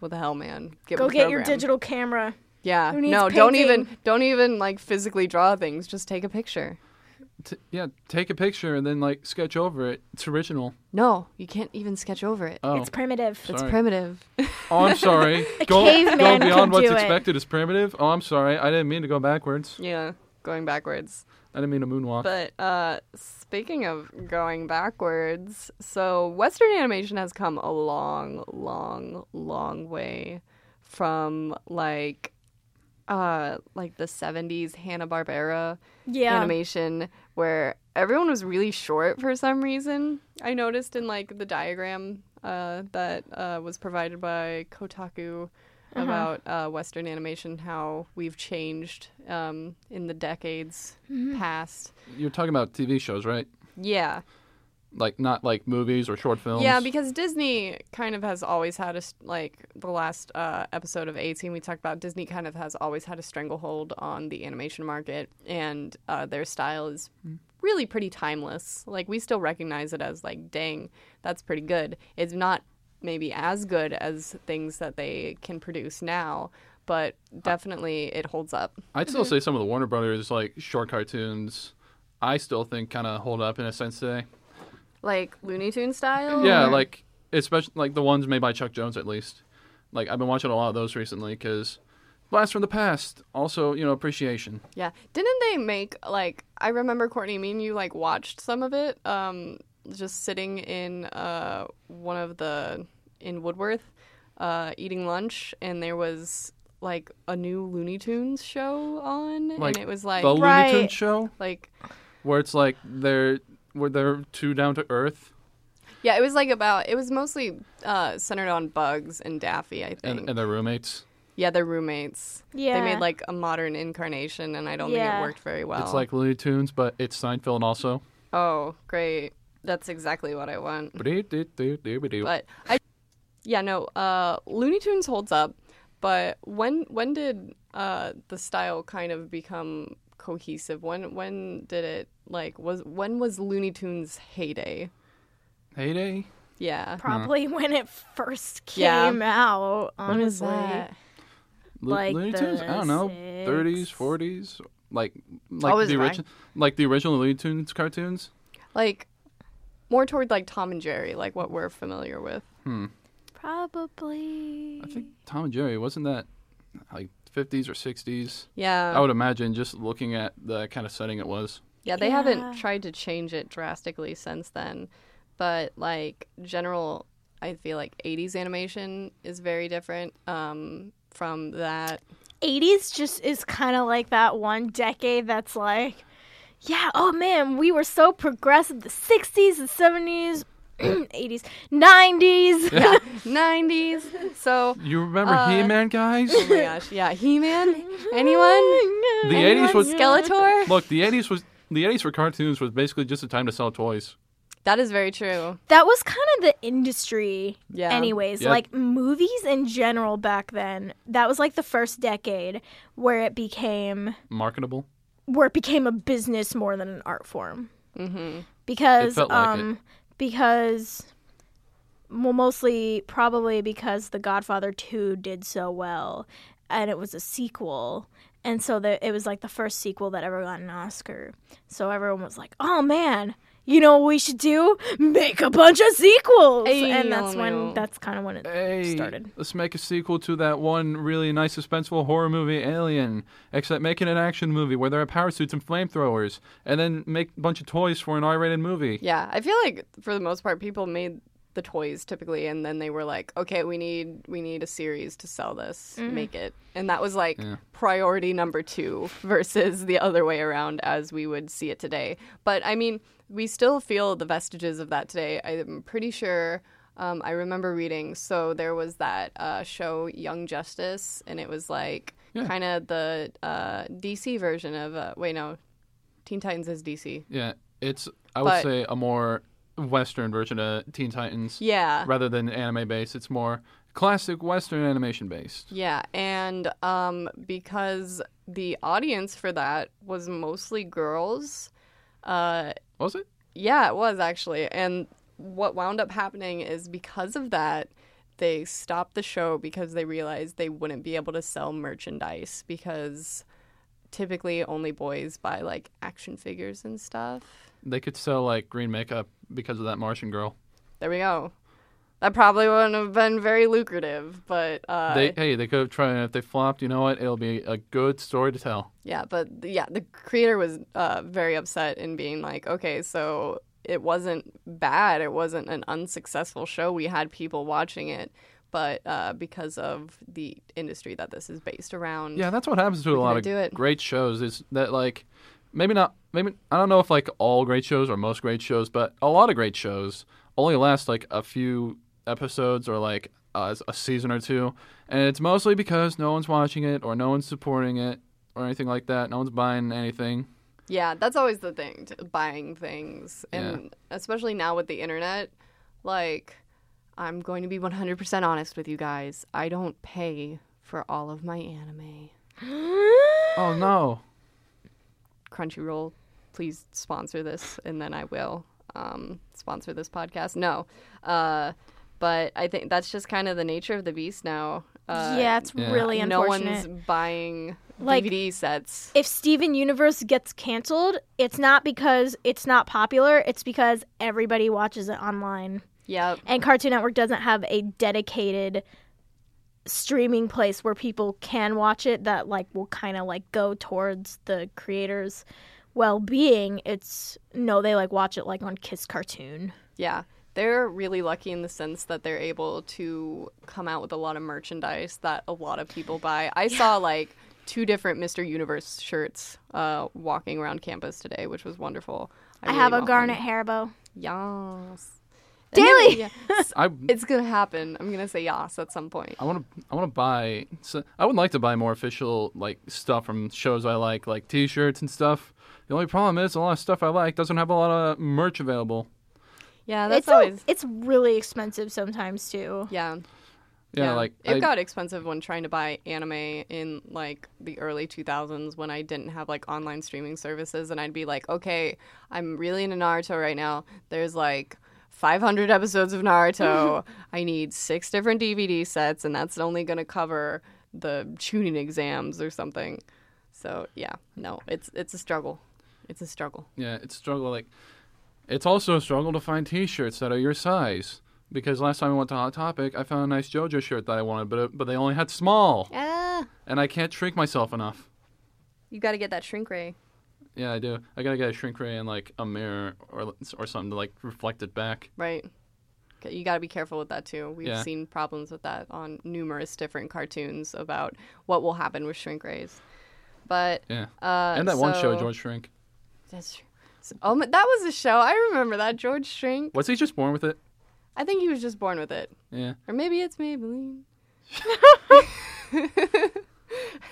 [SPEAKER 2] What the hell, man? Get
[SPEAKER 3] Go
[SPEAKER 2] with the
[SPEAKER 3] get your
[SPEAKER 2] program.
[SPEAKER 3] digital camera.
[SPEAKER 2] Yeah,
[SPEAKER 3] Who needs
[SPEAKER 2] no, don't
[SPEAKER 3] painting?
[SPEAKER 2] even, don't even like physically draw things. Just take a picture.
[SPEAKER 4] T- yeah, take a picture and then like sketch over it. It's original.
[SPEAKER 2] No, you can't even sketch over it.
[SPEAKER 4] Oh,
[SPEAKER 3] It's primitive.
[SPEAKER 2] it's
[SPEAKER 4] sorry.
[SPEAKER 2] primitive.
[SPEAKER 4] oh I'm sorry. go,
[SPEAKER 3] caveman
[SPEAKER 4] go
[SPEAKER 3] could
[SPEAKER 4] beyond what's
[SPEAKER 3] do it.
[SPEAKER 4] expected is primitive. Oh, I'm sorry. I didn't mean to go backwards.
[SPEAKER 2] yeah, going backwards.
[SPEAKER 4] I didn't mean to moonwalk.
[SPEAKER 2] But uh, speaking of going backwards, so Western animation has come a long, long, long way from like uh like the 70s Hanna-Barbera
[SPEAKER 3] Yeah.
[SPEAKER 2] animation where everyone was really short for some reason. I noticed in like the diagram uh, that uh, was provided by Kotaku about uh, Western animation how we've changed um, in the decades past.
[SPEAKER 4] You're talking about TV shows, right?
[SPEAKER 2] Yeah.
[SPEAKER 4] Like not like movies or short films.
[SPEAKER 2] Yeah, because Disney kind of has always had a s- like the last uh, episode of eighteen we talked about. Disney kind of has always had a stranglehold on the animation market, and uh, their style is
[SPEAKER 4] Mm.
[SPEAKER 2] really pretty timeless. Like we still recognize it as like, dang, that's pretty good. It's not maybe as good as things that they can produce now, but definitely it holds up.
[SPEAKER 4] I'd still say some of the Warner Brothers like short cartoons. I still think kind of hold up in a sense today.
[SPEAKER 2] Like Looney Tune style.
[SPEAKER 4] Yeah, like especially like the ones made by Chuck Jones at least. Like I've been watching a lot of those recently because blast from the past. Also, you know, appreciation.
[SPEAKER 2] Yeah. Didn't they make like I remember Courtney, me and you like watched some of it, um, just sitting in uh one of the in Woodworth, uh, eating lunch and there was like a new Looney Tunes show on
[SPEAKER 4] Like
[SPEAKER 2] and it was like
[SPEAKER 4] the Looney Tunes
[SPEAKER 3] Right.
[SPEAKER 4] show
[SPEAKER 2] like
[SPEAKER 4] where it's like they're where they're too down to earth
[SPEAKER 2] yeah, it was like about it was mostly uh centered on Bugs and Daffy, I think.
[SPEAKER 4] and, and their roommates.
[SPEAKER 2] yeah, they're roommates.
[SPEAKER 3] Yeah.
[SPEAKER 2] They made like a modern incarnation and I don't think
[SPEAKER 3] Yeah.
[SPEAKER 2] it worked very well.
[SPEAKER 4] It's like Looney Tunes, but it's Seinfeld also.
[SPEAKER 2] Oh, great. That's exactly what I want.
[SPEAKER 4] But
[SPEAKER 2] but I, yeah, no, uh, Looney Tunes holds up. But when when did uh, the style kind of become cohesive? When when did it like was when was Looney Tunes heyday?
[SPEAKER 4] Heyday.
[SPEAKER 2] Yeah,
[SPEAKER 3] Probably when it first
[SPEAKER 2] hmm. Yeah.
[SPEAKER 3] came out, honestly.
[SPEAKER 2] Honestly.
[SPEAKER 4] Lo-
[SPEAKER 3] Like
[SPEAKER 4] Looney Tunes, I don't
[SPEAKER 3] the
[SPEAKER 4] know,
[SPEAKER 3] six- Oh,
[SPEAKER 4] 30s, 40s, like like
[SPEAKER 2] Always
[SPEAKER 4] the
[SPEAKER 2] am I.
[SPEAKER 4] original, like the original Looney Tunes cartoons.
[SPEAKER 2] Like more toward like Tom and Jerry, like what we're familiar with.
[SPEAKER 3] Probably.
[SPEAKER 4] I think Tom and Jerry wasn't that like 50s or 60s.
[SPEAKER 3] Oh.
[SPEAKER 2] Yeah.
[SPEAKER 4] I would imagine just looking at the kind of setting it was.
[SPEAKER 2] Yeah, they
[SPEAKER 3] Yeah.
[SPEAKER 2] haven't tried to change it drastically since then. But like general I feel like 80s animation is very different um from that.
[SPEAKER 3] 80s just is kind of like that one decade that's like, yeah, oh man, we were so progressive. The 60s, the 70s, 80s, 90s.
[SPEAKER 2] 90s. So,
[SPEAKER 4] You remember
[SPEAKER 2] Uh,
[SPEAKER 4] He-Man, guys?
[SPEAKER 2] oh my gosh, yeah, He-Man, anyone?
[SPEAKER 4] The 80s
[SPEAKER 2] Anyone?
[SPEAKER 4] was
[SPEAKER 2] Skeletor?
[SPEAKER 4] Look, the 80s was the 80s for cartoons was basically just a time to sell toys.
[SPEAKER 2] That is very true.
[SPEAKER 3] That was kind of the industry,
[SPEAKER 2] Yeah.
[SPEAKER 3] anyways.
[SPEAKER 4] Yeah.
[SPEAKER 3] Like movies in general back then, that was like the first decade where it became
[SPEAKER 4] Marketable.
[SPEAKER 3] where it became a business more than an art form
[SPEAKER 2] Mhm.
[SPEAKER 3] because
[SPEAKER 4] It felt like
[SPEAKER 3] um because well mostly probably because The Godfather 2 did so well and it was a sequel and so the, it was like the first sequel that ever got an Oscar so everyone was like oh man you know what we should do make a bunch of sequels
[SPEAKER 2] Ay,
[SPEAKER 3] and that's
[SPEAKER 2] oh,
[SPEAKER 3] when
[SPEAKER 2] no.
[SPEAKER 3] that's kind of when it
[SPEAKER 4] Hey,
[SPEAKER 3] started
[SPEAKER 4] let's make a sequel to that one really nice suspenseful horror movie Alien, except make it an action movie where there are power suits and flamethrowers and then make a bunch of toys for an R-rated movie.
[SPEAKER 2] Yeah, I feel like for the most part people made the toys typically and then they were like, "Okay, we need we need a series to sell this. Make it." And that was like priority number 2 versus the other way around as we would see it today. But I mean, we still feel the vestiges of that today. I'm pretty sure um, I remember reading. So there was that uh, show Young Justice, and it was like
[SPEAKER 4] Yeah.
[SPEAKER 2] kind of the uh, DC version of. Uh, wait, no, Teen Titans is DC.
[SPEAKER 4] Yeah, it's I would
[SPEAKER 2] But-
[SPEAKER 4] say a more Western version of Teen Titans
[SPEAKER 2] Yeah.
[SPEAKER 4] rather than anime based. It's more classic Western animation based.
[SPEAKER 2] Yeah, and um, because the audience for that was mostly girls, uh,
[SPEAKER 4] Was it?
[SPEAKER 2] yeah, it was actually. And what wound up happening is because of that, they stopped the show because they realized they wouldn't be able to sell merchandise because typically only boys buy like action figures and stuff.
[SPEAKER 4] They could sell like green makeup because of that Martian girl.
[SPEAKER 2] There we go. That probably wouldn't have been very lucrative, but uh,
[SPEAKER 4] They hey, they could have tried and if they flopped, you know what? It'll be a good story to tell.
[SPEAKER 2] Yeah, but th- yeah, the creator was uh, very upset and being like, okay, so it wasn't bad. It wasn't an unsuccessful show. We had people watching it, but uh, because of the industry that this is based around.
[SPEAKER 4] Yeah, that's what happens to a lot
[SPEAKER 2] gonna
[SPEAKER 4] of
[SPEAKER 2] do it.
[SPEAKER 4] great shows is that like maybe not maybe I don't know if like all great shows or most great shows, but a lot of great shows only last like a few episodes or like a, a season or two, and it's mostly because no one's watching it or no one's supporting it or anything like that. No one's buying anything.
[SPEAKER 2] Yeah, that's always the thing, t- buying things. And especially now with the internet, like, I'm going to be 100% honest with you guys. I don't pay for all of my anime.
[SPEAKER 4] Oh no.
[SPEAKER 2] Crunchyroll, please sponsor this, and then I will um, sponsor this podcast. No, uh, but I think that's just kind of the nature of the beast now. Uh,
[SPEAKER 3] yeah it's
[SPEAKER 4] yeah.
[SPEAKER 3] really
[SPEAKER 2] no
[SPEAKER 3] unfortunate
[SPEAKER 2] one's buying
[SPEAKER 3] Like-
[SPEAKER 2] DVD sets.
[SPEAKER 3] if Steven Universe gets canceled, it's not because it's not popular, it's because everybody watches it online.
[SPEAKER 2] Yep.
[SPEAKER 3] And Cartoon Network doesn't have a dedicated streaming place where people can watch it that like will kind of like go towards the creators well-being. It's no, they like watch it like on Kiss Cartoon.
[SPEAKER 2] Yeah. They're really lucky in the sense that they're able to come out with a lot of merchandise that a lot of people buy. I saw like two different Mr. Universe shirts uh, walking around campus today, which was wonderful.
[SPEAKER 3] I,
[SPEAKER 2] really
[SPEAKER 3] have a
[SPEAKER 2] want one.
[SPEAKER 3] Garnet Haribo.
[SPEAKER 2] Yas.
[SPEAKER 3] Daily!
[SPEAKER 2] Yeah. S-
[SPEAKER 4] I
[SPEAKER 2] It's gonna happen. I'm gonna say yas at some point.
[SPEAKER 4] I want to. I want to buy. So I would like to buy more official like stuff from shows I like, like T-shirts and stuff. The only problem is a lot of stuff I like doesn't have a lot of merch available.
[SPEAKER 2] Yeah, that's
[SPEAKER 3] it's a-
[SPEAKER 2] always.
[SPEAKER 3] it's really expensive sometimes too.
[SPEAKER 2] yeah,
[SPEAKER 4] Yeah, like
[SPEAKER 2] it
[SPEAKER 4] I-
[SPEAKER 2] got expensive when trying to buy anime in like the early 2000s when I didn't have like online streaming services, and I'd be like, okay, I'm really into Naruto right now. There's like 500 episodes of Naruto. I need six different DVD sets, and that's only gonna cover the tuning exams or something. So yeah, no, it's it's a struggle. It's a struggle.
[SPEAKER 4] Yeah, it's a struggle. Like, it's also a struggle to find T-shirts that are your size. Because last time I went to Hot Topic, I found a nice JoJo shirt that I wanted, but but they only had small,
[SPEAKER 2] Ah,
[SPEAKER 4] and I can't shrink myself enough.
[SPEAKER 2] you got to get that shrink ray.
[SPEAKER 4] Yeah, I do. I gotta get a shrink ray and like a mirror or or something to like reflect it back.
[SPEAKER 2] Right. 'Kay, You got to be careful with that too. We've
[SPEAKER 4] Yeah.
[SPEAKER 2] seen problems with that on numerous different cartoons about what will happen with shrink rays. But
[SPEAKER 4] Yeah,
[SPEAKER 2] uh,
[SPEAKER 4] and that one show,
[SPEAKER 2] so-
[SPEAKER 4] George Shrink.
[SPEAKER 2] That's true. So- oh, my, that was a show. I remember that George Shrink.
[SPEAKER 4] Was he just born with it?
[SPEAKER 2] I think he was just born with it,
[SPEAKER 4] Yeah.
[SPEAKER 2] or maybe it's Maybelline.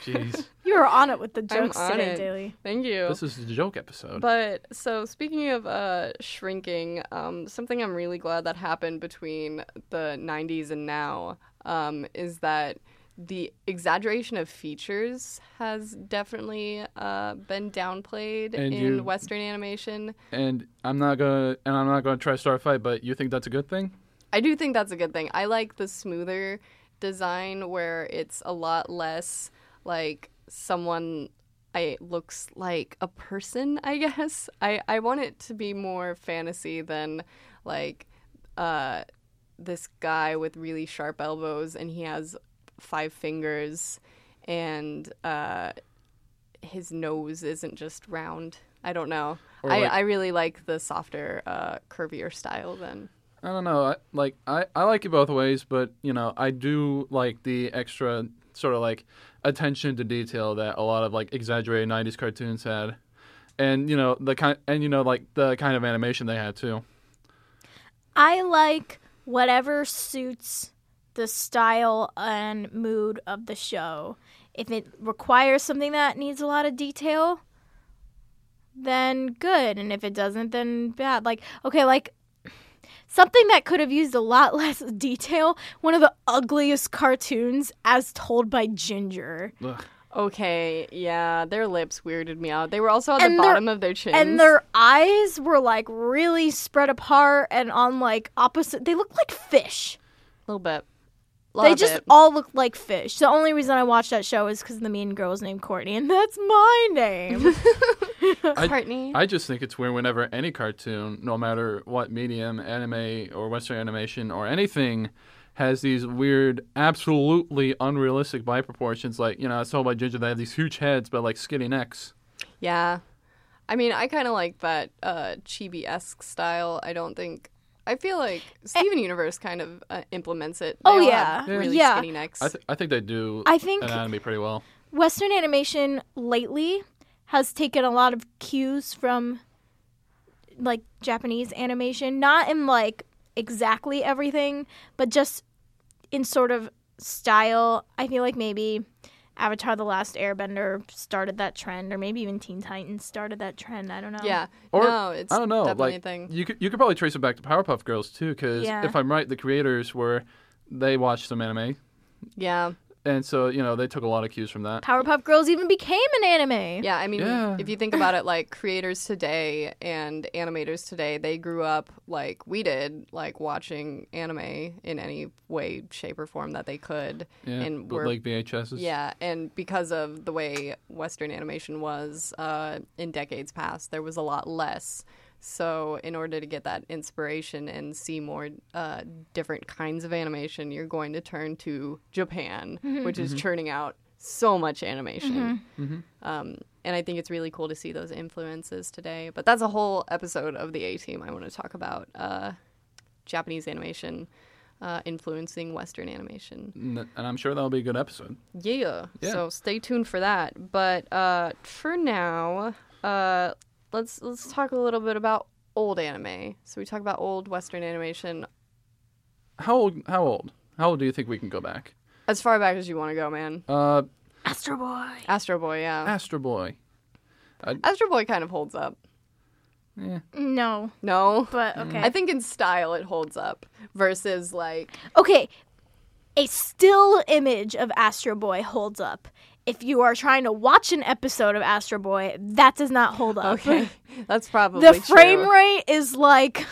[SPEAKER 4] Jeez.
[SPEAKER 3] You were on it with the jokes
[SPEAKER 2] on
[SPEAKER 3] today,
[SPEAKER 2] it.
[SPEAKER 3] Daily.
[SPEAKER 2] Thank you.
[SPEAKER 4] this is the joke episode.
[SPEAKER 2] But so speaking of uh, shrinking, um, something I'm really glad that happened between the 90s and now um, is that the exaggeration of features has definitely uh, been downplayed
[SPEAKER 4] And
[SPEAKER 2] in
[SPEAKER 4] you-
[SPEAKER 2] Western animation.
[SPEAKER 4] and I'm not gonna and I'm not gonna try to start a fight, but you think that's a good thing?
[SPEAKER 2] I do think that's a good thing. I like the smoother design where it's a lot less like someone I looks like a person, I guess. I, I want it to be more fantasy than like uh this guy with really sharp elbows and he has five fingers and uh his nose isn't just round. I don't know.
[SPEAKER 4] Or,
[SPEAKER 2] I,
[SPEAKER 4] like-
[SPEAKER 2] I really like the softer, uh, curvier style then.
[SPEAKER 4] I don't know. I, like I, I like it both ways, but you know I do like the extra sort of like attention to detail that a lot of like exaggerated '90s cartoons had, and you know the kind and you know like the kind of animation they had too.
[SPEAKER 3] I like whatever suits the style and mood of the show. If it requires something that needs a lot of detail, then good. And if it doesn't, then bad. Like, okay, like something that could have used a lot less detail, one of the ugliest cartoons as told by Ginger.
[SPEAKER 4] Ugh.
[SPEAKER 2] Okay, yeah, their lips weirded me out. They were also at the
[SPEAKER 3] And their-
[SPEAKER 2] bottom of their chins.
[SPEAKER 3] And their eyes were like really spread apart and on like opposite. They looked like fish.
[SPEAKER 2] little bit.
[SPEAKER 3] they
[SPEAKER 2] Little
[SPEAKER 3] just
[SPEAKER 2] bit.
[SPEAKER 3] all look like fish. The only reason I watched that show is because the mean girl was named Courtney, and that's my name.
[SPEAKER 4] I-
[SPEAKER 2] Courtney.
[SPEAKER 4] I just think it's weird whenever any cartoon, no matter what medium, anime or Western animation or anything, has these weird, absolutely unrealistic body proportions. Like, you know, I saw by Ginger, they have these huge heads, but like skinny necks.
[SPEAKER 2] yeah. I mean, I kind of like that uh, chibi esque style. I don't think. I feel like Steven Universe kind of uh, implements it. They
[SPEAKER 3] Eh. Oh,
[SPEAKER 2] all have
[SPEAKER 3] yeah. Yeah.
[SPEAKER 2] really
[SPEAKER 3] Yeah.
[SPEAKER 2] skinny necks.
[SPEAKER 4] I, th- I think they do
[SPEAKER 3] I think
[SPEAKER 4] anatomy pretty well.
[SPEAKER 3] Western animation lately has taken a lot of cues from like Japanese animation, not in like exactly everything, but just in sort of style. I feel like maybe Avatar: The Last Airbender started that trend, or maybe even Teen Titans started that trend. I don't know.
[SPEAKER 2] yeah.
[SPEAKER 4] Or-
[SPEAKER 2] no, it's
[SPEAKER 4] I don't know.
[SPEAKER 2] definitely
[SPEAKER 4] Like,
[SPEAKER 2] a thing.
[SPEAKER 4] you could you could probably trace it back to Powerpuff Girls too, because
[SPEAKER 3] Yeah.
[SPEAKER 4] if I'm right, the creators were they watched some anime,
[SPEAKER 2] Yeah.
[SPEAKER 4] and so you know they took a lot of cues from that.
[SPEAKER 3] Powerpuff Girls even became an anime.
[SPEAKER 2] Yeah, I mean,
[SPEAKER 4] Yeah.
[SPEAKER 2] if you think about it, like creators today and animators today, they grew up like we did, like watching anime in any way, shape, or form that they could.
[SPEAKER 4] Yeah,
[SPEAKER 2] and we're,
[SPEAKER 4] bootleg VHSs.
[SPEAKER 2] yeah, and because of the way Western animation was uh, in decades past, there was a lot less. So, in order to get that inspiration and see more uh, different kinds of animation, you're going to turn to Japan, which is churning out so much animation. Um, and I think it's really cool to see those influences today. But that's a whole episode of the A Team I want to talk about uh, Japanese animation uh, influencing Western animation.
[SPEAKER 4] N- and I'm sure that'll be a good episode.
[SPEAKER 2] Yeah.
[SPEAKER 4] Yeah.
[SPEAKER 2] So stay tuned for that. But uh, for now, uh, let's let's talk a little bit about old anime. So we talk about old Western animation
[SPEAKER 4] How old? How old? How old do you think we can go back?
[SPEAKER 2] as far back as you want to go, man.
[SPEAKER 4] Uh,
[SPEAKER 3] Astro Boy.
[SPEAKER 2] Astro Boy,
[SPEAKER 3] Uh.
[SPEAKER 2] yeah.
[SPEAKER 4] Astro Boy.
[SPEAKER 2] Astro Boy kind of holds up.
[SPEAKER 3] No,
[SPEAKER 2] No.
[SPEAKER 3] but okay.
[SPEAKER 2] I think in style it holds up versus like
[SPEAKER 3] Okay, a still image of Astro Boy holds up. If you are trying to watch an episode of Astro Boy, that does not hold up.
[SPEAKER 2] okay, that's probably
[SPEAKER 3] the frame
[SPEAKER 2] true.
[SPEAKER 3] rate is like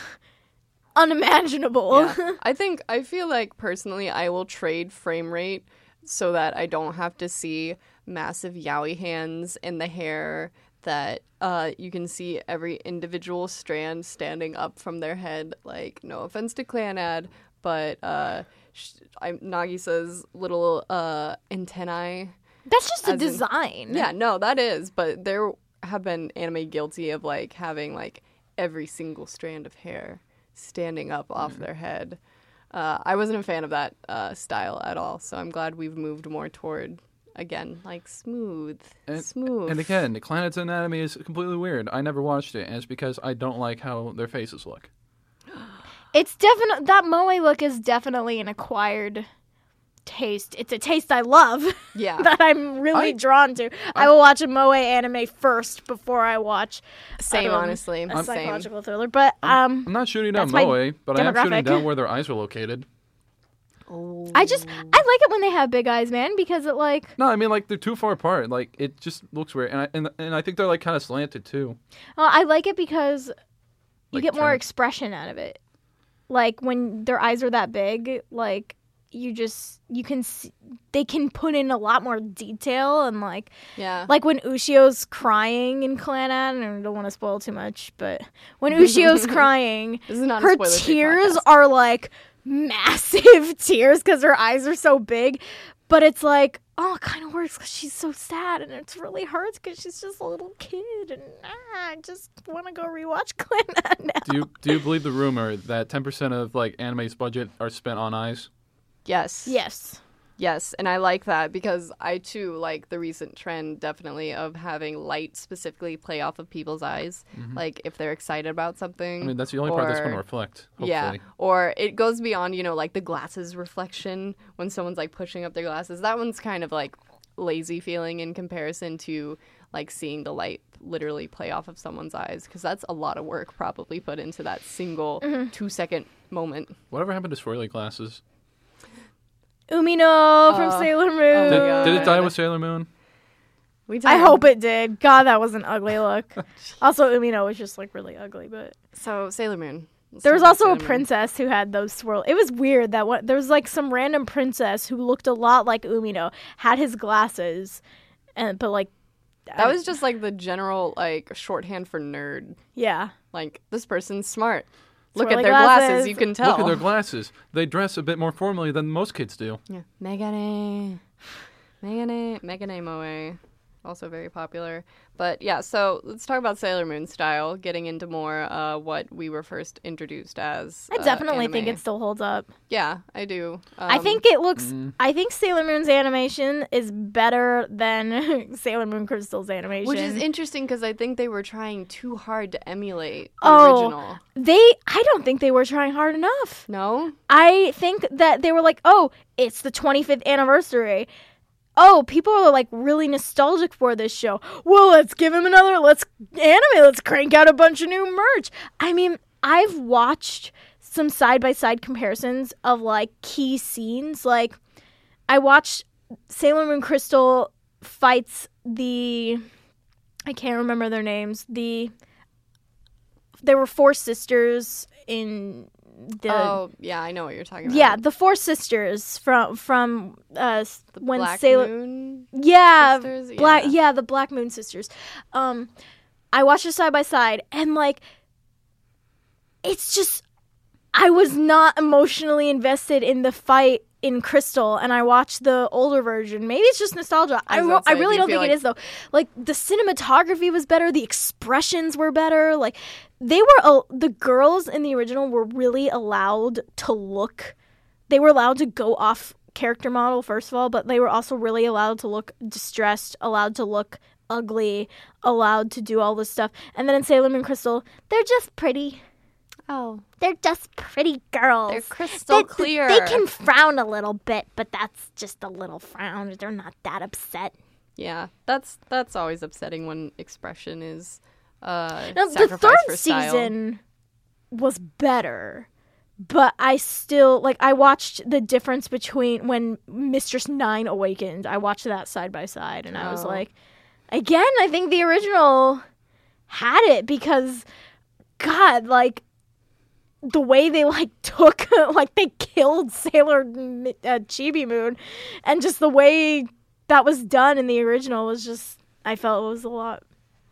[SPEAKER 3] unimaginable.
[SPEAKER 2] Yeah. I think I feel like personally I will trade frame rate so that I don't have to see massive yaoi hands in the hair that uh, you can see every individual strand standing up from their head. Like, no offense to Clanad, but uh, sh- I'm, Nagisa's little uh, antennae.
[SPEAKER 3] That's just a
[SPEAKER 2] As in-
[SPEAKER 3] design.
[SPEAKER 2] Yeah, no, that is. But there have been anime guilty of like having like every single strand of hair standing up
[SPEAKER 4] Mm.
[SPEAKER 2] off their head. Uh, I wasn't a fan of that uh, style at all, so I'm glad we've moved more toward again like smooth,
[SPEAKER 4] And-
[SPEAKER 2] smooth.
[SPEAKER 4] And again, the Planet's anatomy is completely weird. I never watched it, and it's because I don't like how their faces look.
[SPEAKER 3] It's definitely that moe look is definitely an acquired taste. It's a taste I love
[SPEAKER 2] yeah,
[SPEAKER 3] that I'm really
[SPEAKER 4] I-
[SPEAKER 3] drawn to. I, will watch a moe anime first before I watch
[SPEAKER 2] same
[SPEAKER 3] um,
[SPEAKER 2] honestly,
[SPEAKER 3] a
[SPEAKER 2] same.
[SPEAKER 3] psychological thriller. But um,
[SPEAKER 4] I'm not shooting down
[SPEAKER 3] That's my
[SPEAKER 4] Moe, but I am
[SPEAKER 3] demographic.
[SPEAKER 4] shooting down where their eyes were located.
[SPEAKER 3] I just I like it when they have big eyes, man, because it like
[SPEAKER 4] No, I mean like they're too far apart. Like it just looks weird, and I and, and I think they're like kind of slanted too.
[SPEAKER 3] uh, I like it because you
[SPEAKER 4] Like
[SPEAKER 3] get more
[SPEAKER 4] turn-
[SPEAKER 3] expression out of it. Like when their eyes are that big, like you just you can see, they can put in a lot more detail and like
[SPEAKER 2] Yeah,
[SPEAKER 3] like when Ushio's crying in Clanan, and I don't want to spoil too much, but when Ushio's crying,
[SPEAKER 2] This is not a
[SPEAKER 3] her
[SPEAKER 2] spoiler-free
[SPEAKER 3] tears
[SPEAKER 2] podcast.
[SPEAKER 3] are like massive tears because her eyes are so big. But it's like, oh, it kind of works because she's so sad, and it really hurts because she's just a little kid, and ah, I just want to go rewatch Clanan now.
[SPEAKER 4] Do you do you believe the rumor that 10% of like anime's budget are spent on eyes?
[SPEAKER 2] yes,
[SPEAKER 3] Yes.
[SPEAKER 2] Yes, and I like that because I too like the recent trend definitely of having light specifically play off of people's eyes. Like if they're excited about something.
[SPEAKER 4] Mm-hmm. I mean, that's the only part that's going to
[SPEAKER 2] or-
[SPEAKER 4] reflect. Hopefully.
[SPEAKER 2] Yeah, or it goes beyond, you know, like the glasses reflection when someone's like pushing up their glasses. That one's kind of like lazy feeling in comparison to like seeing the light literally play off of someone's eyes because that's a lot of work probably put into that single two second moment.
[SPEAKER 4] Whatever happened to swirly glasses?
[SPEAKER 3] Umino from
[SPEAKER 2] Uh,
[SPEAKER 3] Sailor Moon.
[SPEAKER 4] Did,
[SPEAKER 2] God.
[SPEAKER 4] did it die with Sailor Moon?
[SPEAKER 2] We
[SPEAKER 3] I
[SPEAKER 2] done?
[SPEAKER 3] hope it did. God, that was an ugly look. also, Umino was just like really ugly, but.
[SPEAKER 2] so. Sailor Moon. Let's
[SPEAKER 3] There was
[SPEAKER 2] talk about
[SPEAKER 3] also a
[SPEAKER 2] Sailor Moon.
[SPEAKER 3] princess who had those swirl. It was weird that one. There was like some random princess who looked a lot like Umino, had his glasses, and but like
[SPEAKER 2] That was just like the general like shorthand for nerd.
[SPEAKER 3] yeah.
[SPEAKER 2] Like this person's smart. Look
[SPEAKER 3] Swirly
[SPEAKER 2] at their glasses.
[SPEAKER 3] glasses.
[SPEAKER 2] you can
[SPEAKER 4] Look
[SPEAKER 2] tell.
[SPEAKER 4] at their glasses. They dress a bit more formally than most kids do.
[SPEAKER 2] yeah. Megane. Megane Megane Moe. Also very popular. But yeah, so let's talk about Sailor Moon style, getting into more uh, what we were first introduced as.
[SPEAKER 3] I
[SPEAKER 2] uh,
[SPEAKER 3] definitely think
[SPEAKER 2] anime.
[SPEAKER 3] it still holds up.
[SPEAKER 2] Yeah, I do.
[SPEAKER 3] I
[SPEAKER 2] Um,
[SPEAKER 3] think it looks. I think Sailor Moon's animation is better than Sailor Moon Crystal's animation.
[SPEAKER 2] Which is interesting because I think they were trying too hard to emulate the
[SPEAKER 3] Oh.
[SPEAKER 2] original.
[SPEAKER 3] they. I don't think they were trying hard enough.
[SPEAKER 2] No?
[SPEAKER 3] I think that they were like, oh, it's the 25th anniversary. Oh, people are like really nostalgic for this show. Well, let's give him another. Let's anime. Let's crank out a bunch of new merch. I mean, I've watched some side by side comparisons of like key scenes. Like, I watched Sailor Moon Crystal fights the. I can't remember their names. The. There were four sisters in the
[SPEAKER 2] oh, yeah, I know what you're talking about.
[SPEAKER 3] yeah, the four sisters from from uh s-
[SPEAKER 2] The
[SPEAKER 3] when
[SPEAKER 2] Black
[SPEAKER 3] Sailor
[SPEAKER 2] Moon.
[SPEAKER 3] Yeah,
[SPEAKER 2] Sisters?
[SPEAKER 3] Black
[SPEAKER 2] Um, Yeah.
[SPEAKER 3] yeah. the Black Moon sisters. Um I watched it side by side and like it's just I was not emotionally invested in the fight in Crystal and I watched the older version. Maybe it's just nostalgia. I,
[SPEAKER 2] was
[SPEAKER 3] won't-
[SPEAKER 2] about to
[SPEAKER 3] I
[SPEAKER 2] say, do
[SPEAKER 3] really
[SPEAKER 2] you
[SPEAKER 3] don't think
[SPEAKER 2] feel
[SPEAKER 3] it
[SPEAKER 2] like-
[SPEAKER 3] is though. Like the cinematography was better, the expressions were better. Like they were uh, the girls in the original were really allowed to look they were allowed to go off character model first of all but they were also really allowed to look distressed allowed to look ugly allowed to do all this stuff and then in sailor moon crystal they're just pretty
[SPEAKER 2] Oh.
[SPEAKER 3] they're just pretty girls
[SPEAKER 2] They're crystal
[SPEAKER 3] They-
[SPEAKER 2] clear.
[SPEAKER 3] they can frown a little bit but that's just a little frown they're not that upset
[SPEAKER 2] Yeah, that's that's always upsetting when expression is. Uh,
[SPEAKER 3] Now, the
[SPEAKER 2] sacrificed for
[SPEAKER 3] third
[SPEAKER 2] style.
[SPEAKER 3] season was better, but I still like I watched the difference between when Mistress Nine awakened. I watched that side by side, and I was
[SPEAKER 2] Oh.
[SPEAKER 3] like, again, I think the original had it because, God, like the way they like took like they killed Sailor M- uh, Chibi Moon, and just the way that was done in the original was just I felt it was a lot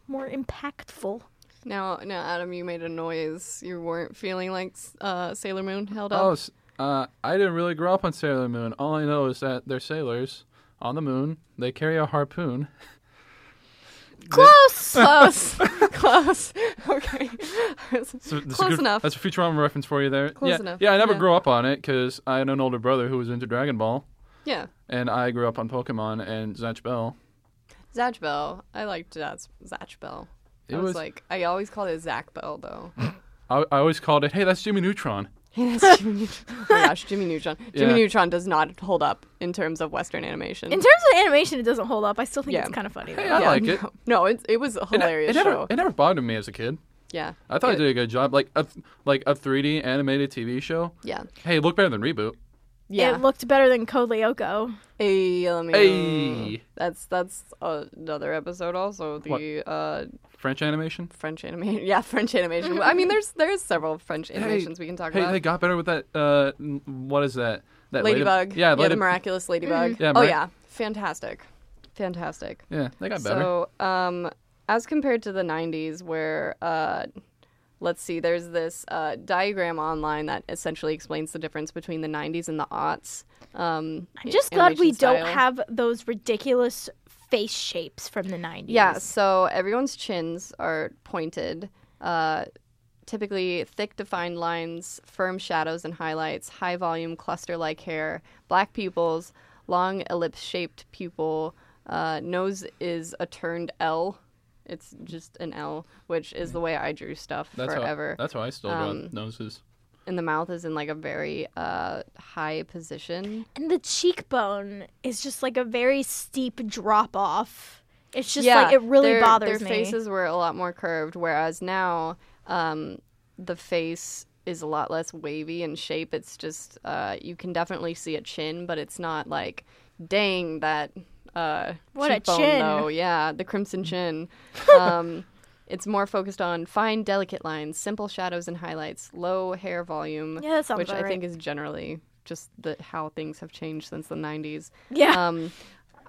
[SPEAKER 3] more impactful.
[SPEAKER 2] Now, now, Adam, you made a noise. You weren't feeling like uh, Sailor Moon held up.
[SPEAKER 4] Oh, s- uh, I didn't really grow up on Sailor Moon. All I know is that they're sailors on the moon. They carry a harpoon.
[SPEAKER 3] Close.
[SPEAKER 2] Close, close. Okay,
[SPEAKER 4] So that's a
[SPEAKER 2] close
[SPEAKER 4] good-
[SPEAKER 2] enough.
[SPEAKER 4] That's a Futurama reference for you there.
[SPEAKER 2] Close
[SPEAKER 4] yeah,
[SPEAKER 2] enough,
[SPEAKER 4] yeah. I never
[SPEAKER 2] yeah.
[SPEAKER 4] grew up on it because I had an older brother who was into Dragon Ball,
[SPEAKER 2] Yeah,
[SPEAKER 4] and I grew up on Pokemon and Zatch Bell.
[SPEAKER 2] Zatch Bell. I liked Zatch, Zatch Bell.
[SPEAKER 4] It
[SPEAKER 2] I was,
[SPEAKER 4] was-
[SPEAKER 2] like, I always called it Zach Bell though.
[SPEAKER 4] I, I always called it, "Hey, that's Jimmy Neutron."
[SPEAKER 2] Hey, that's Jimmy Neutron. Oh my gosh, Jimmy Neutron. Jimmy
[SPEAKER 4] Yeah.
[SPEAKER 2] Neutron does not hold up in terms of Western animation.
[SPEAKER 3] In terms of animation, it doesn't hold up. I still think
[SPEAKER 2] Yeah.
[SPEAKER 3] it's kind of funny.
[SPEAKER 4] Hey,
[SPEAKER 3] though.
[SPEAKER 4] I like it.
[SPEAKER 2] no, no, it, it was a
[SPEAKER 4] It,
[SPEAKER 2] hilarious
[SPEAKER 4] it never,
[SPEAKER 2] show.
[SPEAKER 4] it never bothered me as a kid.
[SPEAKER 2] yeah,
[SPEAKER 4] I thought I
[SPEAKER 2] It-
[SPEAKER 4] did a good job, like a th- like a 3D animated TV show.
[SPEAKER 2] Yeah,
[SPEAKER 4] Hey, it looked better than reboot.
[SPEAKER 2] yeah.
[SPEAKER 3] It looked better than Code Lyoko.
[SPEAKER 2] Hey, let me. um,
[SPEAKER 4] Hey.
[SPEAKER 2] That's that's another episode. Also, the uh,
[SPEAKER 4] French animation.
[SPEAKER 2] French animation. Yeah, French animation. I mean, there's there's several French animations we can talk
[SPEAKER 4] Hey,
[SPEAKER 2] about.
[SPEAKER 4] they got better with that. Uh, n- what is that? That lady-
[SPEAKER 2] ladybug.
[SPEAKER 4] yeah,
[SPEAKER 2] the
[SPEAKER 4] lady-
[SPEAKER 2] miraculous ladybug.
[SPEAKER 4] Yeah,
[SPEAKER 2] oh
[SPEAKER 4] Mira-
[SPEAKER 2] yeah, fantastic, fantastic.
[SPEAKER 4] yeah. They got better.
[SPEAKER 2] So, um, as compared to the '90s, where uh, let's see, there's this uh, diagram online that essentially explains the difference between the '90s and the aughts. Um,
[SPEAKER 3] I'm just glad we
[SPEAKER 2] animation
[SPEAKER 3] don't
[SPEAKER 2] style.
[SPEAKER 3] have those ridiculous face shapes from the 90s.
[SPEAKER 2] Yeah, so everyone's chins are pointed. Uh, typically, thick defined lines, firm shadows and highlights, high volume cluster like hair, black pupils, long ellipse shaped pupil. Uh, nose is a turned L. It's just an L, which is the way I drew stuff
[SPEAKER 4] that's
[SPEAKER 2] forever.
[SPEAKER 4] How, that's how I still
[SPEAKER 2] Um,
[SPEAKER 4] draw noses.
[SPEAKER 2] and the mouth is in like a very uh, high position.
[SPEAKER 3] And the cheekbone is just like a very steep drop off. It's just like it really
[SPEAKER 2] their,
[SPEAKER 3] bothers
[SPEAKER 2] their
[SPEAKER 3] me.
[SPEAKER 2] faces were a lot more curved, whereas now um, the face is a lot less wavy in shape. It's just uh, you can definitely see a chin, but it's not like, dang that uh,
[SPEAKER 3] What a
[SPEAKER 2] cheekbone,
[SPEAKER 3] chin.
[SPEAKER 2] Though. Yeah, the crimson chin. Um, it's more focused on fine, delicate lines, simple shadows and highlights, low hair volume,
[SPEAKER 3] Yeah, that sounds
[SPEAKER 2] which I
[SPEAKER 3] about
[SPEAKER 2] think is generally just the, how things have changed since the 90s.
[SPEAKER 3] yeah.
[SPEAKER 2] Um,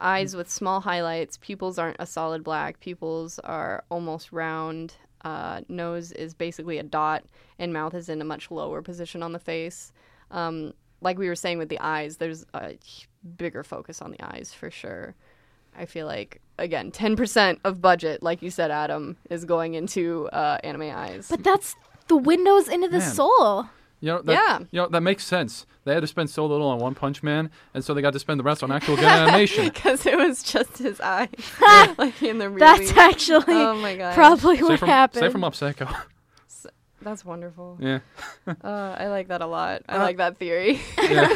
[SPEAKER 2] eyes with small highlights. Pupils aren't a solid black. Pupils are almost round. Uh, nose is basically a dot, and mouth is in a much lower position on the face. Um, like we were saying with the eyes, there's a h- bigger focus on the eyes for sure. I feel like again, ten percent of budget, like you said, Adam, is going into uh, anime eyes.
[SPEAKER 3] but that's the windows into the
[SPEAKER 4] Man.
[SPEAKER 3] soul.
[SPEAKER 4] You know, that,
[SPEAKER 2] Yeah.
[SPEAKER 4] You know that makes sense. They had to spend so little on One Punch Man, and so they got to spend the rest on actual good animation.
[SPEAKER 2] because it was just his eye, like in the movie.
[SPEAKER 3] That's actually
[SPEAKER 2] oh my god,
[SPEAKER 3] probably
[SPEAKER 4] Say
[SPEAKER 3] what
[SPEAKER 4] from,
[SPEAKER 3] happened.
[SPEAKER 4] say from Mob Psycho.
[SPEAKER 2] that's wonderful.
[SPEAKER 4] yeah.
[SPEAKER 2] Uh, I like that a lot. I
[SPEAKER 4] Uh,
[SPEAKER 2] like that theory.
[SPEAKER 4] Yeah.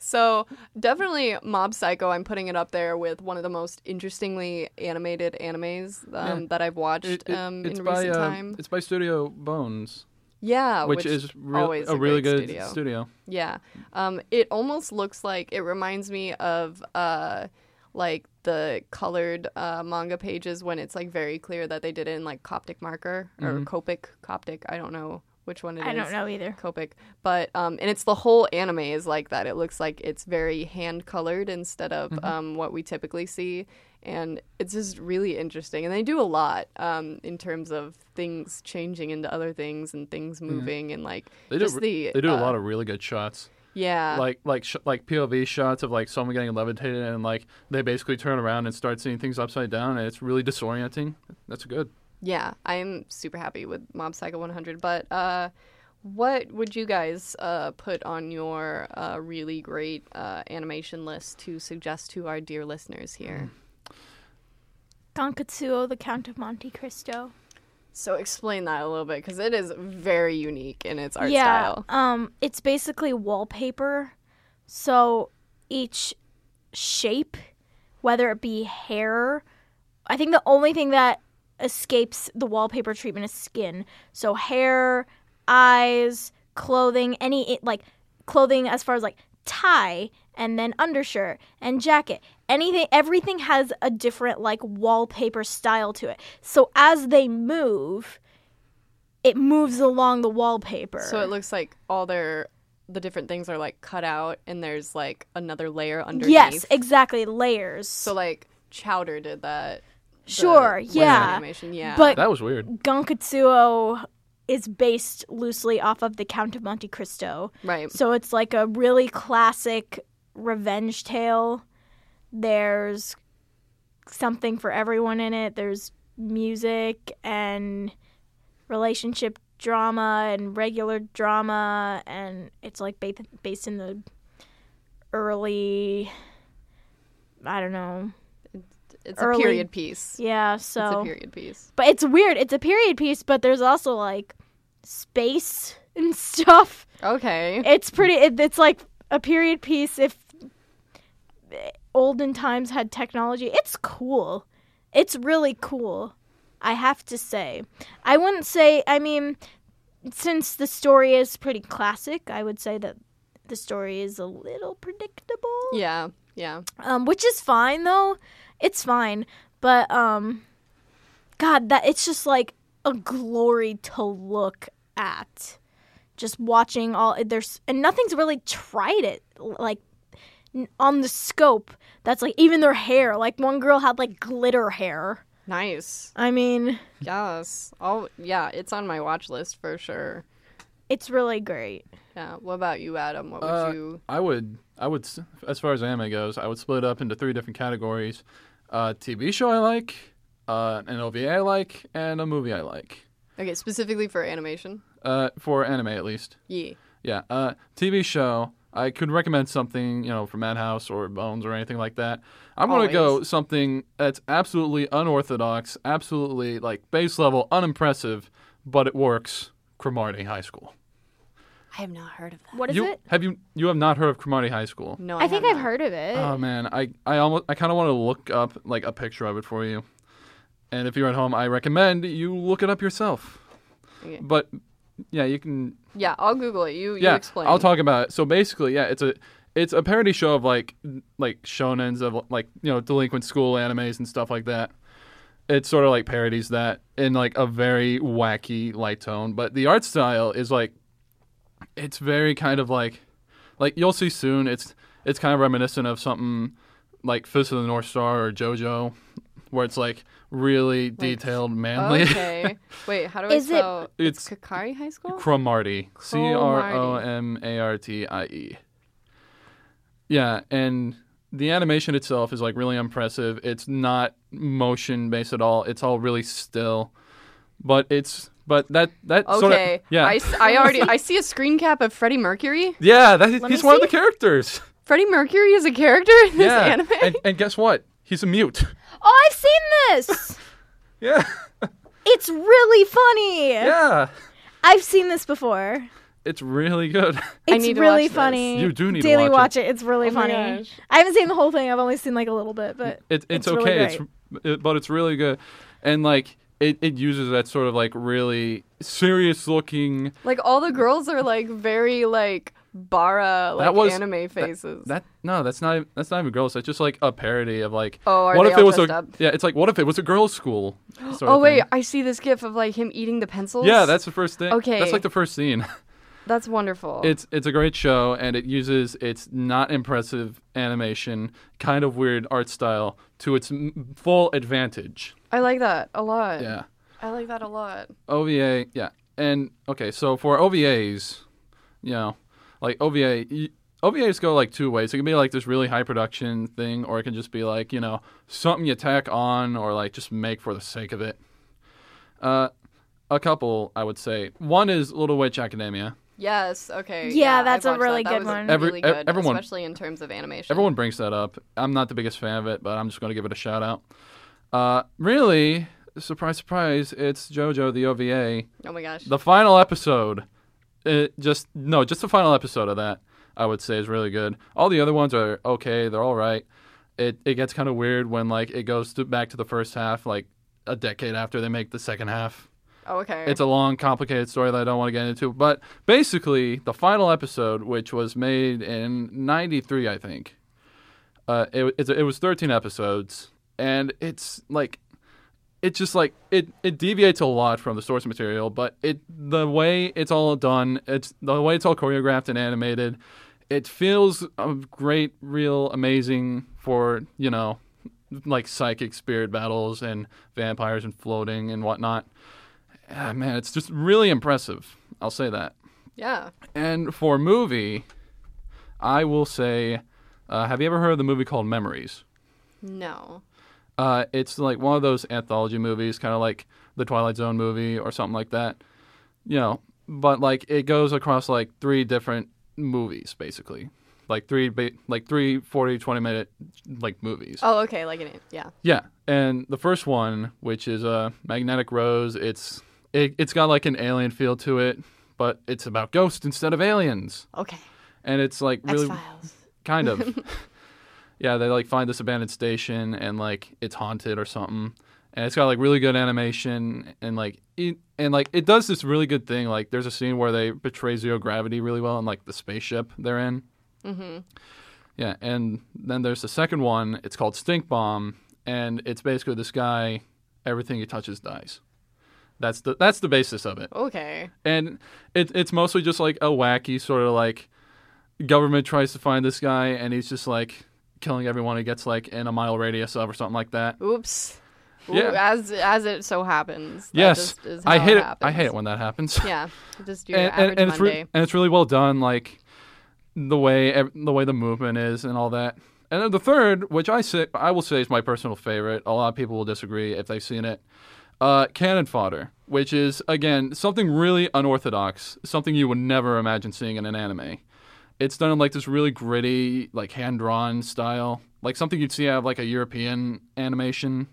[SPEAKER 2] So definitely Mob Psycho. I'm putting it up there with one of the most interestingly animated animes um,
[SPEAKER 4] Yeah.
[SPEAKER 2] that I've watched
[SPEAKER 4] It- it-
[SPEAKER 2] um, in
[SPEAKER 4] it's
[SPEAKER 2] recent
[SPEAKER 4] by uh,
[SPEAKER 2] time.
[SPEAKER 4] it's by Studio Bones,
[SPEAKER 2] yeah,
[SPEAKER 4] which, is real-
[SPEAKER 2] always
[SPEAKER 4] a,
[SPEAKER 2] a
[SPEAKER 4] really
[SPEAKER 2] great
[SPEAKER 4] good
[SPEAKER 2] studio.
[SPEAKER 4] studio.
[SPEAKER 2] yeah. Um, it almost looks like it reminds me of uh, like the colored uh, manga pages when it's like very clear that they did it in like Coptic marker or
[SPEAKER 4] Mm-hmm.
[SPEAKER 2] Copic Coptic. I don't know which one it is.
[SPEAKER 3] I don't know either.
[SPEAKER 2] Copic. But um, and it's the whole anime is like that. It looks like it's very hand colored instead of
[SPEAKER 4] Mm-hmm.
[SPEAKER 2] um, what we typically see, and it's just really interesting. And they do a lot um, in terms of things changing into other things and things moving and like
[SPEAKER 4] Mm-hmm. They do
[SPEAKER 2] just
[SPEAKER 4] re-
[SPEAKER 2] the
[SPEAKER 4] they do
[SPEAKER 2] uh,
[SPEAKER 4] a lot of really good shots,
[SPEAKER 2] yeah
[SPEAKER 4] like like sh- like POV shots of like someone getting levitated, and like they basically turn around and start seeing things upside down, and it's really disorienting. That's good.
[SPEAKER 2] yeah. I'm super happy with Mob Psycho 100, but uh. What would you guys uh, put on your uh, really great uh, animation list to suggest to our dear listeners
[SPEAKER 4] Mm-hmm.
[SPEAKER 2] here?
[SPEAKER 3] Donkatsuo, the Count of Monte Cristo.
[SPEAKER 2] So explain that a little bit because it is very unique in its art
[SPEAKER 3] yeah,
[SPEAKER 2] style.
[SPEAKER 3] Um, it's basically wallpaper. So each shape, whether it be hair, I think the only thing that escapes the wallpaper treatment is skin. So hair, eyes, clothing, any like clothing as far as like tie and then undershirt and jacket. Anything everything has a different like wallpaper style to it. So as they move, it moves along the wallpaper.
[SPEAKER 2] So it looks like all their the different things are like cut out, and there's like another layer underneath.
[SPEAKER 3] yes, exactly layers.
[SPEAKER 2] so like Chowder did that. the
[SPEAKER 3] sure,
[SPEAKER 2] laser
[SPEAKER 3] yeah.
[SPEAKER 2] Animation, yeah.
[SPEAKER 3] But
[SPEAKER 4] That was weird.
[SPEAKER 3] Gonkatsuo is based loosely off of the Count of Monte Cristo.
[SPEAKER 2] right.
[SPEAKER 3] So it's like a really classic revenge tale. There's something for everyone in it. There's music and relationship drama and regular drama and it's like ba- based in the early I don't know.
[SPEAKER 2] It's a
[SPEAKER 3] early-
[SPEAKER 2] period piece.
[SPEAKER 3] Yeah,
[SPEAKER 2] It's
[SPEAKER 3] so
[SPEAKER 2] a period piece.
[SPEAKER 3] but it's weird. It's a period piece, but there's also like space and stuff.
[SPEAKER 2] Okay.
[SPEAKER 3] It's pretty. It, it's like a period piece if olden times had technology. It's cool. It's really cool. I have to say. I wouldn't say. I mean, since the story is pretty classic, I would say that the story is a little predictable.
[SPEAKER 2] yeah. Yeah.
[SPEAKER 3] Um, which is fine though. It's fine. But um, God, that it's just like a glory to look at. Just watching all there's and nothing's really tried it like n- on the scope. That's like even their hair. Like one girl had like glitter hair.
[SPEAKER 2] Nice.
[SPEAKER 3] I mean,
[SPEAKER 2] Yes. Oh, yeah. It's on my watch list for sure.
[SPEAKER 3] it's really great.
[SPEAKER 2] Yeah. What about you, Adam? What would
[SPEAKER 4] Uh,
[SPEAKER 2] you?
[SPEAKER 4] I would, I would, s- as far as anime goes, I would split it up into three different categories: uh, TV show I like, uh, an OVA I like, and a movie I like.
[SPEAKER 2] Okay, specifically for animation.
[SPEAKER 4] Uh, for anime, at least.
[SPEAKER 2] Yeah.
[SPEAKER 4] Yeah. Uh, TV show. I could recommend something, you know, from Madhouse or Bones or anything like that. I'm going to go
[SPEAKER 2] Always.
[SPEAKER 4] something that's absolutely unorthodox, absolutely like base level, unimpressive, but it works. Cromarty High School.
[SPEAKER 2] I have not heard of that.
[SPEAKER 3] What is
[SPEAKER 4] you,
[SPEAKER 3] it?
[SPEAKER 4] Have you you have not heard of Cromarty High School?
[SPEAKER 2] No, I,
[SPEAKER 3] I, think
[SPEAKER 2] have
[SPEAKER 3] I've
[SPEAKER 2] not.
[SPEAKER 3] heard of it.
[SPEAKER 4] Oh man, I I almost I kind of want to look up like a picture of it for you. And if you're at home, I recommend you look it up yourself.
[SPEAKER 2] Okay.
[SPEAKER 4] But yeah, you can
[SPEAKER 2] Yeah, I'll Google it. You,
[SPEAKER 4] yeah,
[SPEAKER 2] you explain.
[SPEAKER 4] I'll talk about it. So basically, yeah, it's a it's a parody show of like like shonens of like you know delinquent school animes and stuff like that. It sort of like parodies that in like a very wacky light tone, but the art style is like it's very kind of like like you'll see soon. It's it's kind of reminiscent of something like Fist of the North Star or JoJo, where it's like really detailed, manly.
[SPEAKER 2] Okay. Wait, how do I
[SPEAKER 3] Is it-
[SPEAKER 2] spell?
[SPEAKER 4] it's
[SPEAKER 2] Kakari High School?
[SPEAKER 4] Cromarty. C R O M A R T I E. Yeah, and the animation itself is like really impressive. It's not motion based at all. It's all really still, but it's but that that sort
[SPEAKER 2] Okay.
[SPEAKER 4] of yeah
[SPEAKER 2] I, s- I already I see a screen cap of Freddie Mercury.
[SPEAKER 4] yeah that,
[SPEAKER 3] me
[SPEAKER 4] he's one of
[SPEAKER 3] see.
[SPEAKER 4] the characters.
[SPEAKER 2] Freddie Mercury is a character in this
[SPEAKER 4] yeah,
[SPEAKER 2] anime.
[SPEAKER 4] and and guess what? He's a mute.
[SPEAKER 3] oh, I've seen this.
[SPEAKER 4] Yeah,
[SPEAKER 3] it's really funny.
[SPEAKER 4] yeah.
[SPEAKER 3] I've seen this before.
[SPEAKER 4] It's really good.
[SPEAKER 2] I
[SPEAKER 3] It's
[SPEAKER 2] need to
[SPEAKER 3] really
[SPEAKER 2] watch this.
[SPEAKER 3] funny.
[SPEAKER 4] You do need to
[SPEAKER 3] daily watch
[SPEAKER 4] watch
[SPEAKER 3] it. It's really
[SPEAKER 2] Oh my
[SPEAKER 3] funny.
[SPEAKER 2] gosh.
[SPEAKER 3] I haven't seen the whole thing. I've only seen like a little bit, but
[SPEAKER 4] it, it's,
[SPEAKER 3] really
[SPEAKER 4] okay.
[SPEAKER 3] great.
[SPEAKER 4] it's it, but it's really good, and like it, it uses that sort of like really serious looking.
[SPEAKER 2] like all the girls are like very like bara like
[SPEAKER 4] That was-
[SPEAKER 2] anime faces.
[SPEAKER 4] That no, that's not that's not even girls. That's just like a parody of like.
[SPEAKER 2] Oh, are
[SPEAKER 4] what
[SPEAKER 2] they
[SPEAKER 4] if
[SPEAKER 2] all
[SPEAKER 4] it was
[SPEAKER 2] dressed
[SPEAKER 4] a
[SPEAKER 2] up?
[SPEAKER 4] yeah? It's like what if it was a girls' school? sort
[SPEAKER 2] oh
[SPEAKER 4] of
[SPEAKER 2] wait,
[SPEAKER 4] thing.
[SPEAKER 2] I see this gif of like him eating the pencils.
[SPEAKER 4] Yeah, that's the first thing.
[SPEAKER 2] Okay.
[SPEAKER 4] that's like the first scene.
[SPEAKER 2] that's wonderful.
[SPEAKER 4] It's it's a great show, and it uses its not impressive animation, kind of weird art style to its m- full advantage.
[SPEAKER 2] I like that a lot.
[SPEAKER 4] Yeah.
[SPEAKER 2] I like that a lot.
[SPEAKER 4] OVA, yeah. And okay, so for OVAs, you know, like OVA, y- OVAs go like two ways. It can be like this really high production thing, or it can just be like, you know, something you tack on or like just make for the sake of it. Uh, a couple, I would say. One is Little Witch Academia.
[SPEAKER 2] Yes. Okay.
[SPEAKER 3] Yeah,
[SPEAKER 2] I've
[SPEAKER 3] that's a
[SPEAKER 2] watched
[SPEAKER 3] really
[SPEAKER 2] that. That
[SPEAKER 3] good
[SPEAKER 2] was
[SPEAKER 3] one.
[SPEAKER 4] Every-
[SPEAKER 2] really
[SPEAKER 4] ev-
[SPEAKER 2] good,
[SPEAKER 4] everyone-
[SPEAKER 2] especially in terms of animation.
[SPEAKER 4] Everyone brings that up. I'm not the biggest fan of it, but I'm just going to give it a shout out. Uh, really, surprise, surprise, it's JoJo the OVA.
[SPEAKER 2] Oh my gosh.
[SPEAKER 4] The final episode, it just no, just the final episode of that, I would say is really good. All the other ones are okay; they're all right. It it gets kind of weird when like it goes to, back to the first half, like a decade after they make the second half.
[SPEAKER 2] oh, okay.
[SPEAKER 4] It's a long, complicated story that I don't want to get into. But basically, the final episode, which was made in '93, I think, uh, it, it's- it was 13 episodes, and it's like it just like it it deviates a lot from the source material, but it the way it's all done, it's the way it's all choreographed and animated, it feels uh, great, real, amazing for you know, like psychic spirit battles and vampires and floating and whatnot. Ah, man, it's just really impressive. I'll say that.
[SPEAKER 2] Yeah.
[SPEAKER 4] And for movie, I will say, uh, have you ever heard of the movie called Memories?
[SPEAKER 2] No.
[SPEAKER 4] Uh, it's like one of those anthology movies, kind of like the Twilight Zone movie or something like that. You know, but like it goes across like three different movies, basically, like three ba- like three 40, 20 minute like movies.
[SPEAKER 2] Oh, okay. Like an yeah.
[SPEAKER 4] Yeah, and the first one, which is uh, Magnetic Rose, it's it, it's got like an alien feel to it, but it's about ghosts instead of aliens,
[SPEAKER 2] Okay.
[SPEAKER 4] and it's like
[SPEAKER 2] X
[SPEAKER 4] really
[SPEAKER 2] Files.
[SPEAKER 4] kind of. yeah, they like find this abandoned station and like it's haunted or something. And it's got like really good animation and like it, and like it does this really good thing. Like there's a scene where they portray zero gravity really well and like the spaceship they're in. Mm-hmm. Yeah, and then there's the second one. It's called Stink Bomb, and it's basically this guy. Everything he touches dies. That's the that's the basis of it
[SPEAKER 2] Okay.
[SPEAKER 4] and it, it's mostly just like a wacky sort of like government tries to find this guy and he's just like killing everyone he gets like in a mile radius of or something like that
[SPEAKER 2] Oops. Ooh,
[SPEAKER 4] Yeah.
[SPEAKER 2] As as it so happens. That
[SPEAKER 4] yes
[SPEAKER 2] just is
[SPEAKER 4] i
[SPEAKER 2] how
[SPEAKER 4] hate it,
[SPEAKER 2] happens.
[SPEAKER 4] i hate it when that happens
[SPEAKER 2] Yeah. Just your
[SPEAKER 4] and,
[SPEAKER 2] average
[SPEAKER 4] and, and it's
[SPEAKER 2] Monday.
[SPEAKER 4] re- and it's really well done like the way ev- the way the movement is and all that and then the third which i say i will say is my personal favorite a lot of people will disagree if they've seen it uh, cannon fodder which is again something really unorthodox something you would never imagine seeing in an anime it's done in like this really gritty like hand-drawn style like something you'd see out of like a european animation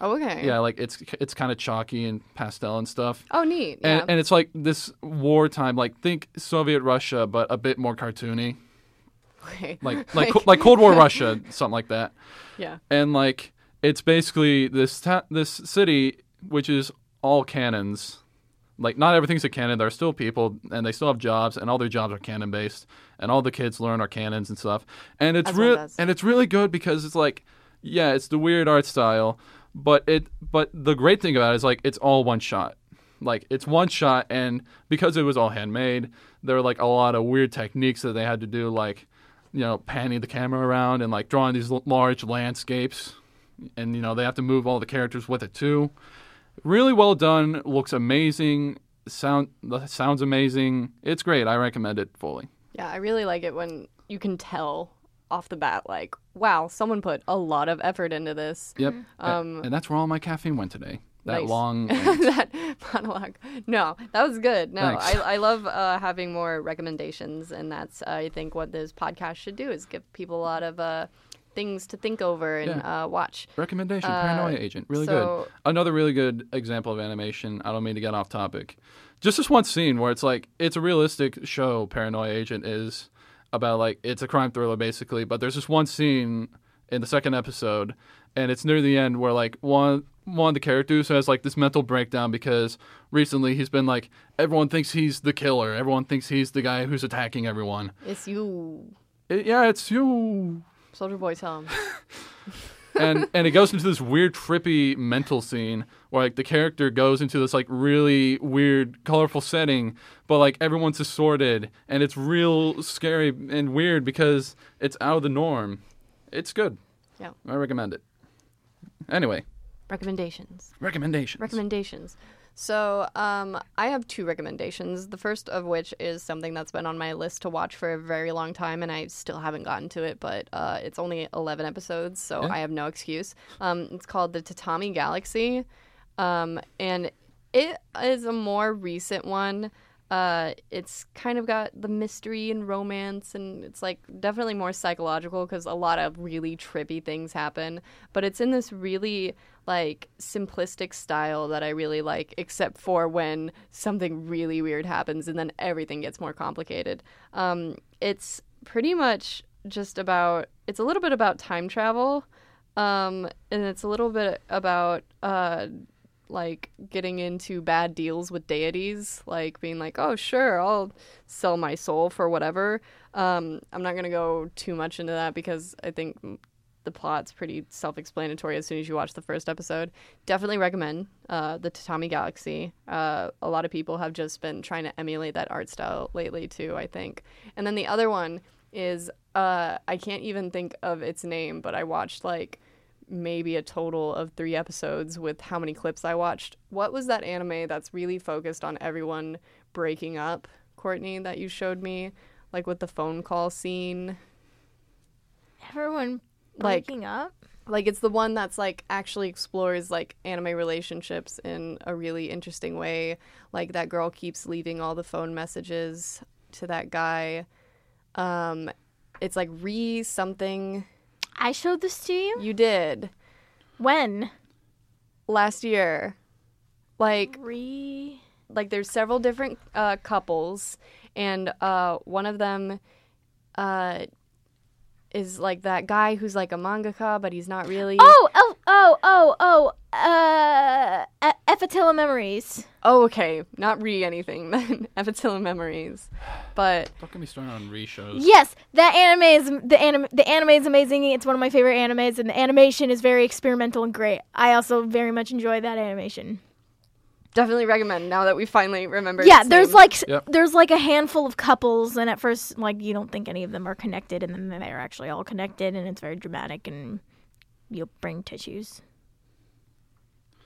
[SPEAKER 2] oh, okay.
[SPEAKER 4] yeah like it's it's kind of chalky and pastel and stuff
[SPEAKER 2] Oh, neat. Yeah.
[SPEAKER 4] and, and it's like this wartime, like think Soviet Russia, but a bit more cartoony,
[SPEAKER 2] okay.
[SPEAKER 4] like like co- like Cold War Russia, something like that.
[SPEAKER 2] yeah.
[SPEAKER 4] And like it's basically this ta- this city, which is all cannons. Like not everything's a cannon. There are still people, and they still have jobs, and all their jobs are cannon based, and all the kids learn are cannons and stuff. And it's
[SPEAKER 2] As one
[SPEAKER 4] real
[SPEAKER 2] does.
[SPEAKER 4] and it's really good because it's like, yeah, it's the weird art style, but it but the great thing about it is like it's all one shot. Like it's one shot, and because it was all handmade, there were like a lot of weird techniques that they had to do, like you know, panning the camera around and like drawing these l- large landscapes, and you know they have to move all the characters with it too. Really well done, looks amazing, sound the sounds amazing. It's great. I recommend it fully.
[SPEAKER 2] Yeah. I really like it when you can tell off the bat, like, wow, someone put a lot of effort into this.
[SPEAKER 4] Yep. Um, and that's where all my caffeine went today. That
[SPEAKER 2] nice.
[SPEAKER 4] long.
[SPEAKER 2] that monologue. No, that was good. No,
[SPEAKER 4] Thanks.
[SPEAKER 2] I, I love uh, having more recommendations, and that's I think what this podcast should do is give people a lot of uh, things to think over and uh, watch.
[SPEAKER 4] Recommendation: Paranoia Agent, really
[SPEAKER 2] so-
[SPEAKER 4] good. Another really good example of animation. I don't mean to get off topic. Just this one scene where it's like it's a realistic show. Paranoia Agent is about like it's a crime thriller basically, but there's this one scene in the second episode, and it's near the end where like one one of the characters has like this mental breakdown because recently he's been like everyone thinks he's the killer, everyone thinks he's the guy who's attacking everyone.
[SPEAKER 2] It's you,
[SPEAKER 4] It- yeah, it's you
[SPEAKER 2] Soldier Boy Tom.
[SPEAKER 4] and and it goes into this weird trippy mental scene where like the character goes into this like really weird colorful setting but like everyone's assorted and it's real scary and weird because it's out of the norm it's good
[SPEAKER 2] Yeah.
[SPEAKER 4] i recommend it anyway
[SPEAKER 2] Recommendations.
[SPEAKER 4] recommendations
[SPEAKER 2] Recommendations. So, um, I have two recommendations. The first of which is something that's been on my list to watch for a very long time, and I still haven't gotten to it, but uh, it's only 11 episodes, so I have no excuse. Um, it's called The Tatami Galaxy, um, and it is a more recent one. Uh, it's kind of got the mystery and romance, and it's like definitely more psychological because a lot of really trippy things happen. But it's in this really like simplistic style that I really like, except for when something really weird happens and then everything gets more complicated. Um, it's pretty much just about it's a little bit about time travel, um, and it's a little bit about uh, like getting into bad deals with deities, like being like, oh, sure, I'll sell my soul for whatever. Um, I'm not going to go too much into that because I think the plot's pretty self-explanatory as soon as you watch the first episode. Definitely recommend uh, the Tatami Galaxy. Uh, a lot of people have just been trying to emulate that art style lately too, I think. And then the other one is uh, I can't even think of its name, but I watched like maybe a total of three episodes with how many clips I watched. What was that anime that's really focused on everyone breaking up, Courtney, that you showed me? Like with the phone call scene.
[SPEAKER 3] Everyone
[SPEAKER 2] Like-
[SPEAKER 3] breaking up.
[SPEAKER 2] Like it's the one that's like actually explores like anime relationships in a really interesting way. Like that girl keeps leaving all the phone messages to that guy. Um it's like re something
[SPEAKER 3] I showed this to you
[SPEAKER 2] you did
[SPEAKER 3] when
[SPEAKER 2] last year. Like
[SPEAKER 3] re.
[SPEAKER 2] like there's several different uh, couples, and uh, one of them uh, is like that guy who's like a mangaka, but he's not really.
[SPEAKER 3] Oh oh oh oh oh. Uh, E- Effatilla memories.
[SPEAKER 2] Oh, okay, not re anything then. Evatilla Memories, but
[SPEAKER 4] Don't get me started on reshows.
[SPEAKER 3] Yes, that anime is the anime. The anime is amazing. It's one of my favorite animes, and the animation is very experimental and great. I also very much enjoy that animation.
[SPEAKER 2] definitely recommend now that we finally remember.
[SPEAKER 3] yeah,
[SPEAKER 2] its
[SPEAKER 3] there's
[SPEAKER 2] name.
[SPEAKER 3] like s-
[SPEAKER 4] Yep.
[SPEAKER 3] there's like a handful of couples, and at first, like you don't think any of them are connected, and then they're actually all connected, and it's very dramatic, and you'll bring tissues.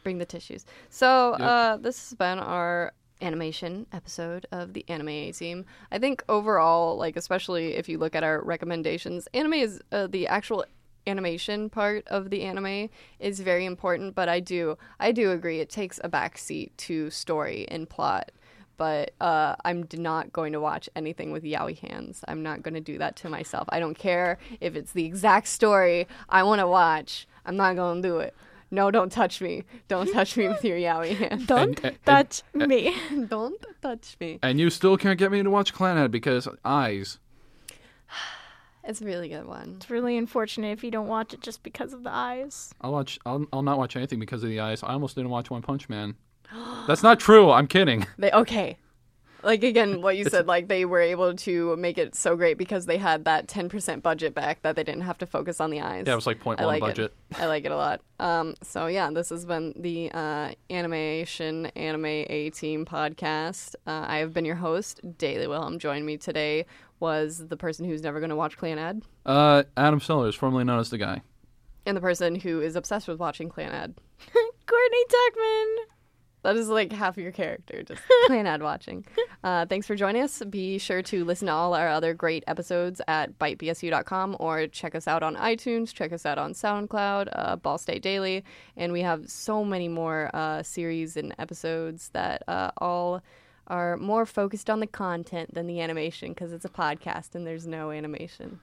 [SPEAKER 2] bring the tissues. So
[SPEAKER 4] Yep.
[SPEAKER 2] uh, this has been our animation episode of the anime A team. I think overall, like especially if you look at our recommendations, anime is uh, the actual animation part of the anime is very important. But I do, I do agree, it takes a backseat to story and plot. But uh, I'm d- not going to watch anything with yaoi hands. I'm not going to do that to myself. I don't care if it's the exact story I want to watch. I'm not going to do it. No, don't touch me. Don't touch me with your yaoi hand.
[SPEAKER 3] Don't
[SPEAKER 4] and- and-
[SPEAKER 3] touch me.
[SPEAKER 2] Don't touch me.
[SPEAKER 4] And you still can't get me to watch Clanhead because eyes.
[SPEAKER 2] It's a really good one.
[SPEAKER 3] It's really unfortunate if you don't watch it just because of the eyes.
[SPEAKER 4] I'll watch. I'll, I'll not watch anything because of the eyes. I almost didn't watch One Punch Man. That's not true. I'm kidding.
[SPEAKER 2] They okay. Like again, what you said, like they were able to make it so great because they had that ten percent budget back that they didn't have to focus on the eyes.
[SPEAKER 4] Yeah, it was like 0.1
[SPEAKER 2] I like
[SPEAKER 4] budget.
[SPEAKER 2] It. I like it a lot. Um, so yeah, this has been the uh, animation anime A team podcast. Uh, I have been your host, Daily Wilhelm. Join me today was the person who's never going to watch Clan Ed,
[SPEAKER 4] Uh, Adam Sellers, formerly known as the guy.
[SPEAKER 2] and the person who is obsessed with watching Clan Ed.
[SPEAKER 3] Courtney Tuckman.
[SPEAKER 2] That is like half of your character, just plain ad watching. Uh, thanks for joining us. Be sure to listen to all our other great episodes at bitebsu.com or check us out on iTunes, check us out on SoundCloud, uh, Ball State Daily. And we have so many more uh, series and episodes that uh, all are more focused on the content than the animation because it's a podcast and there's no animation.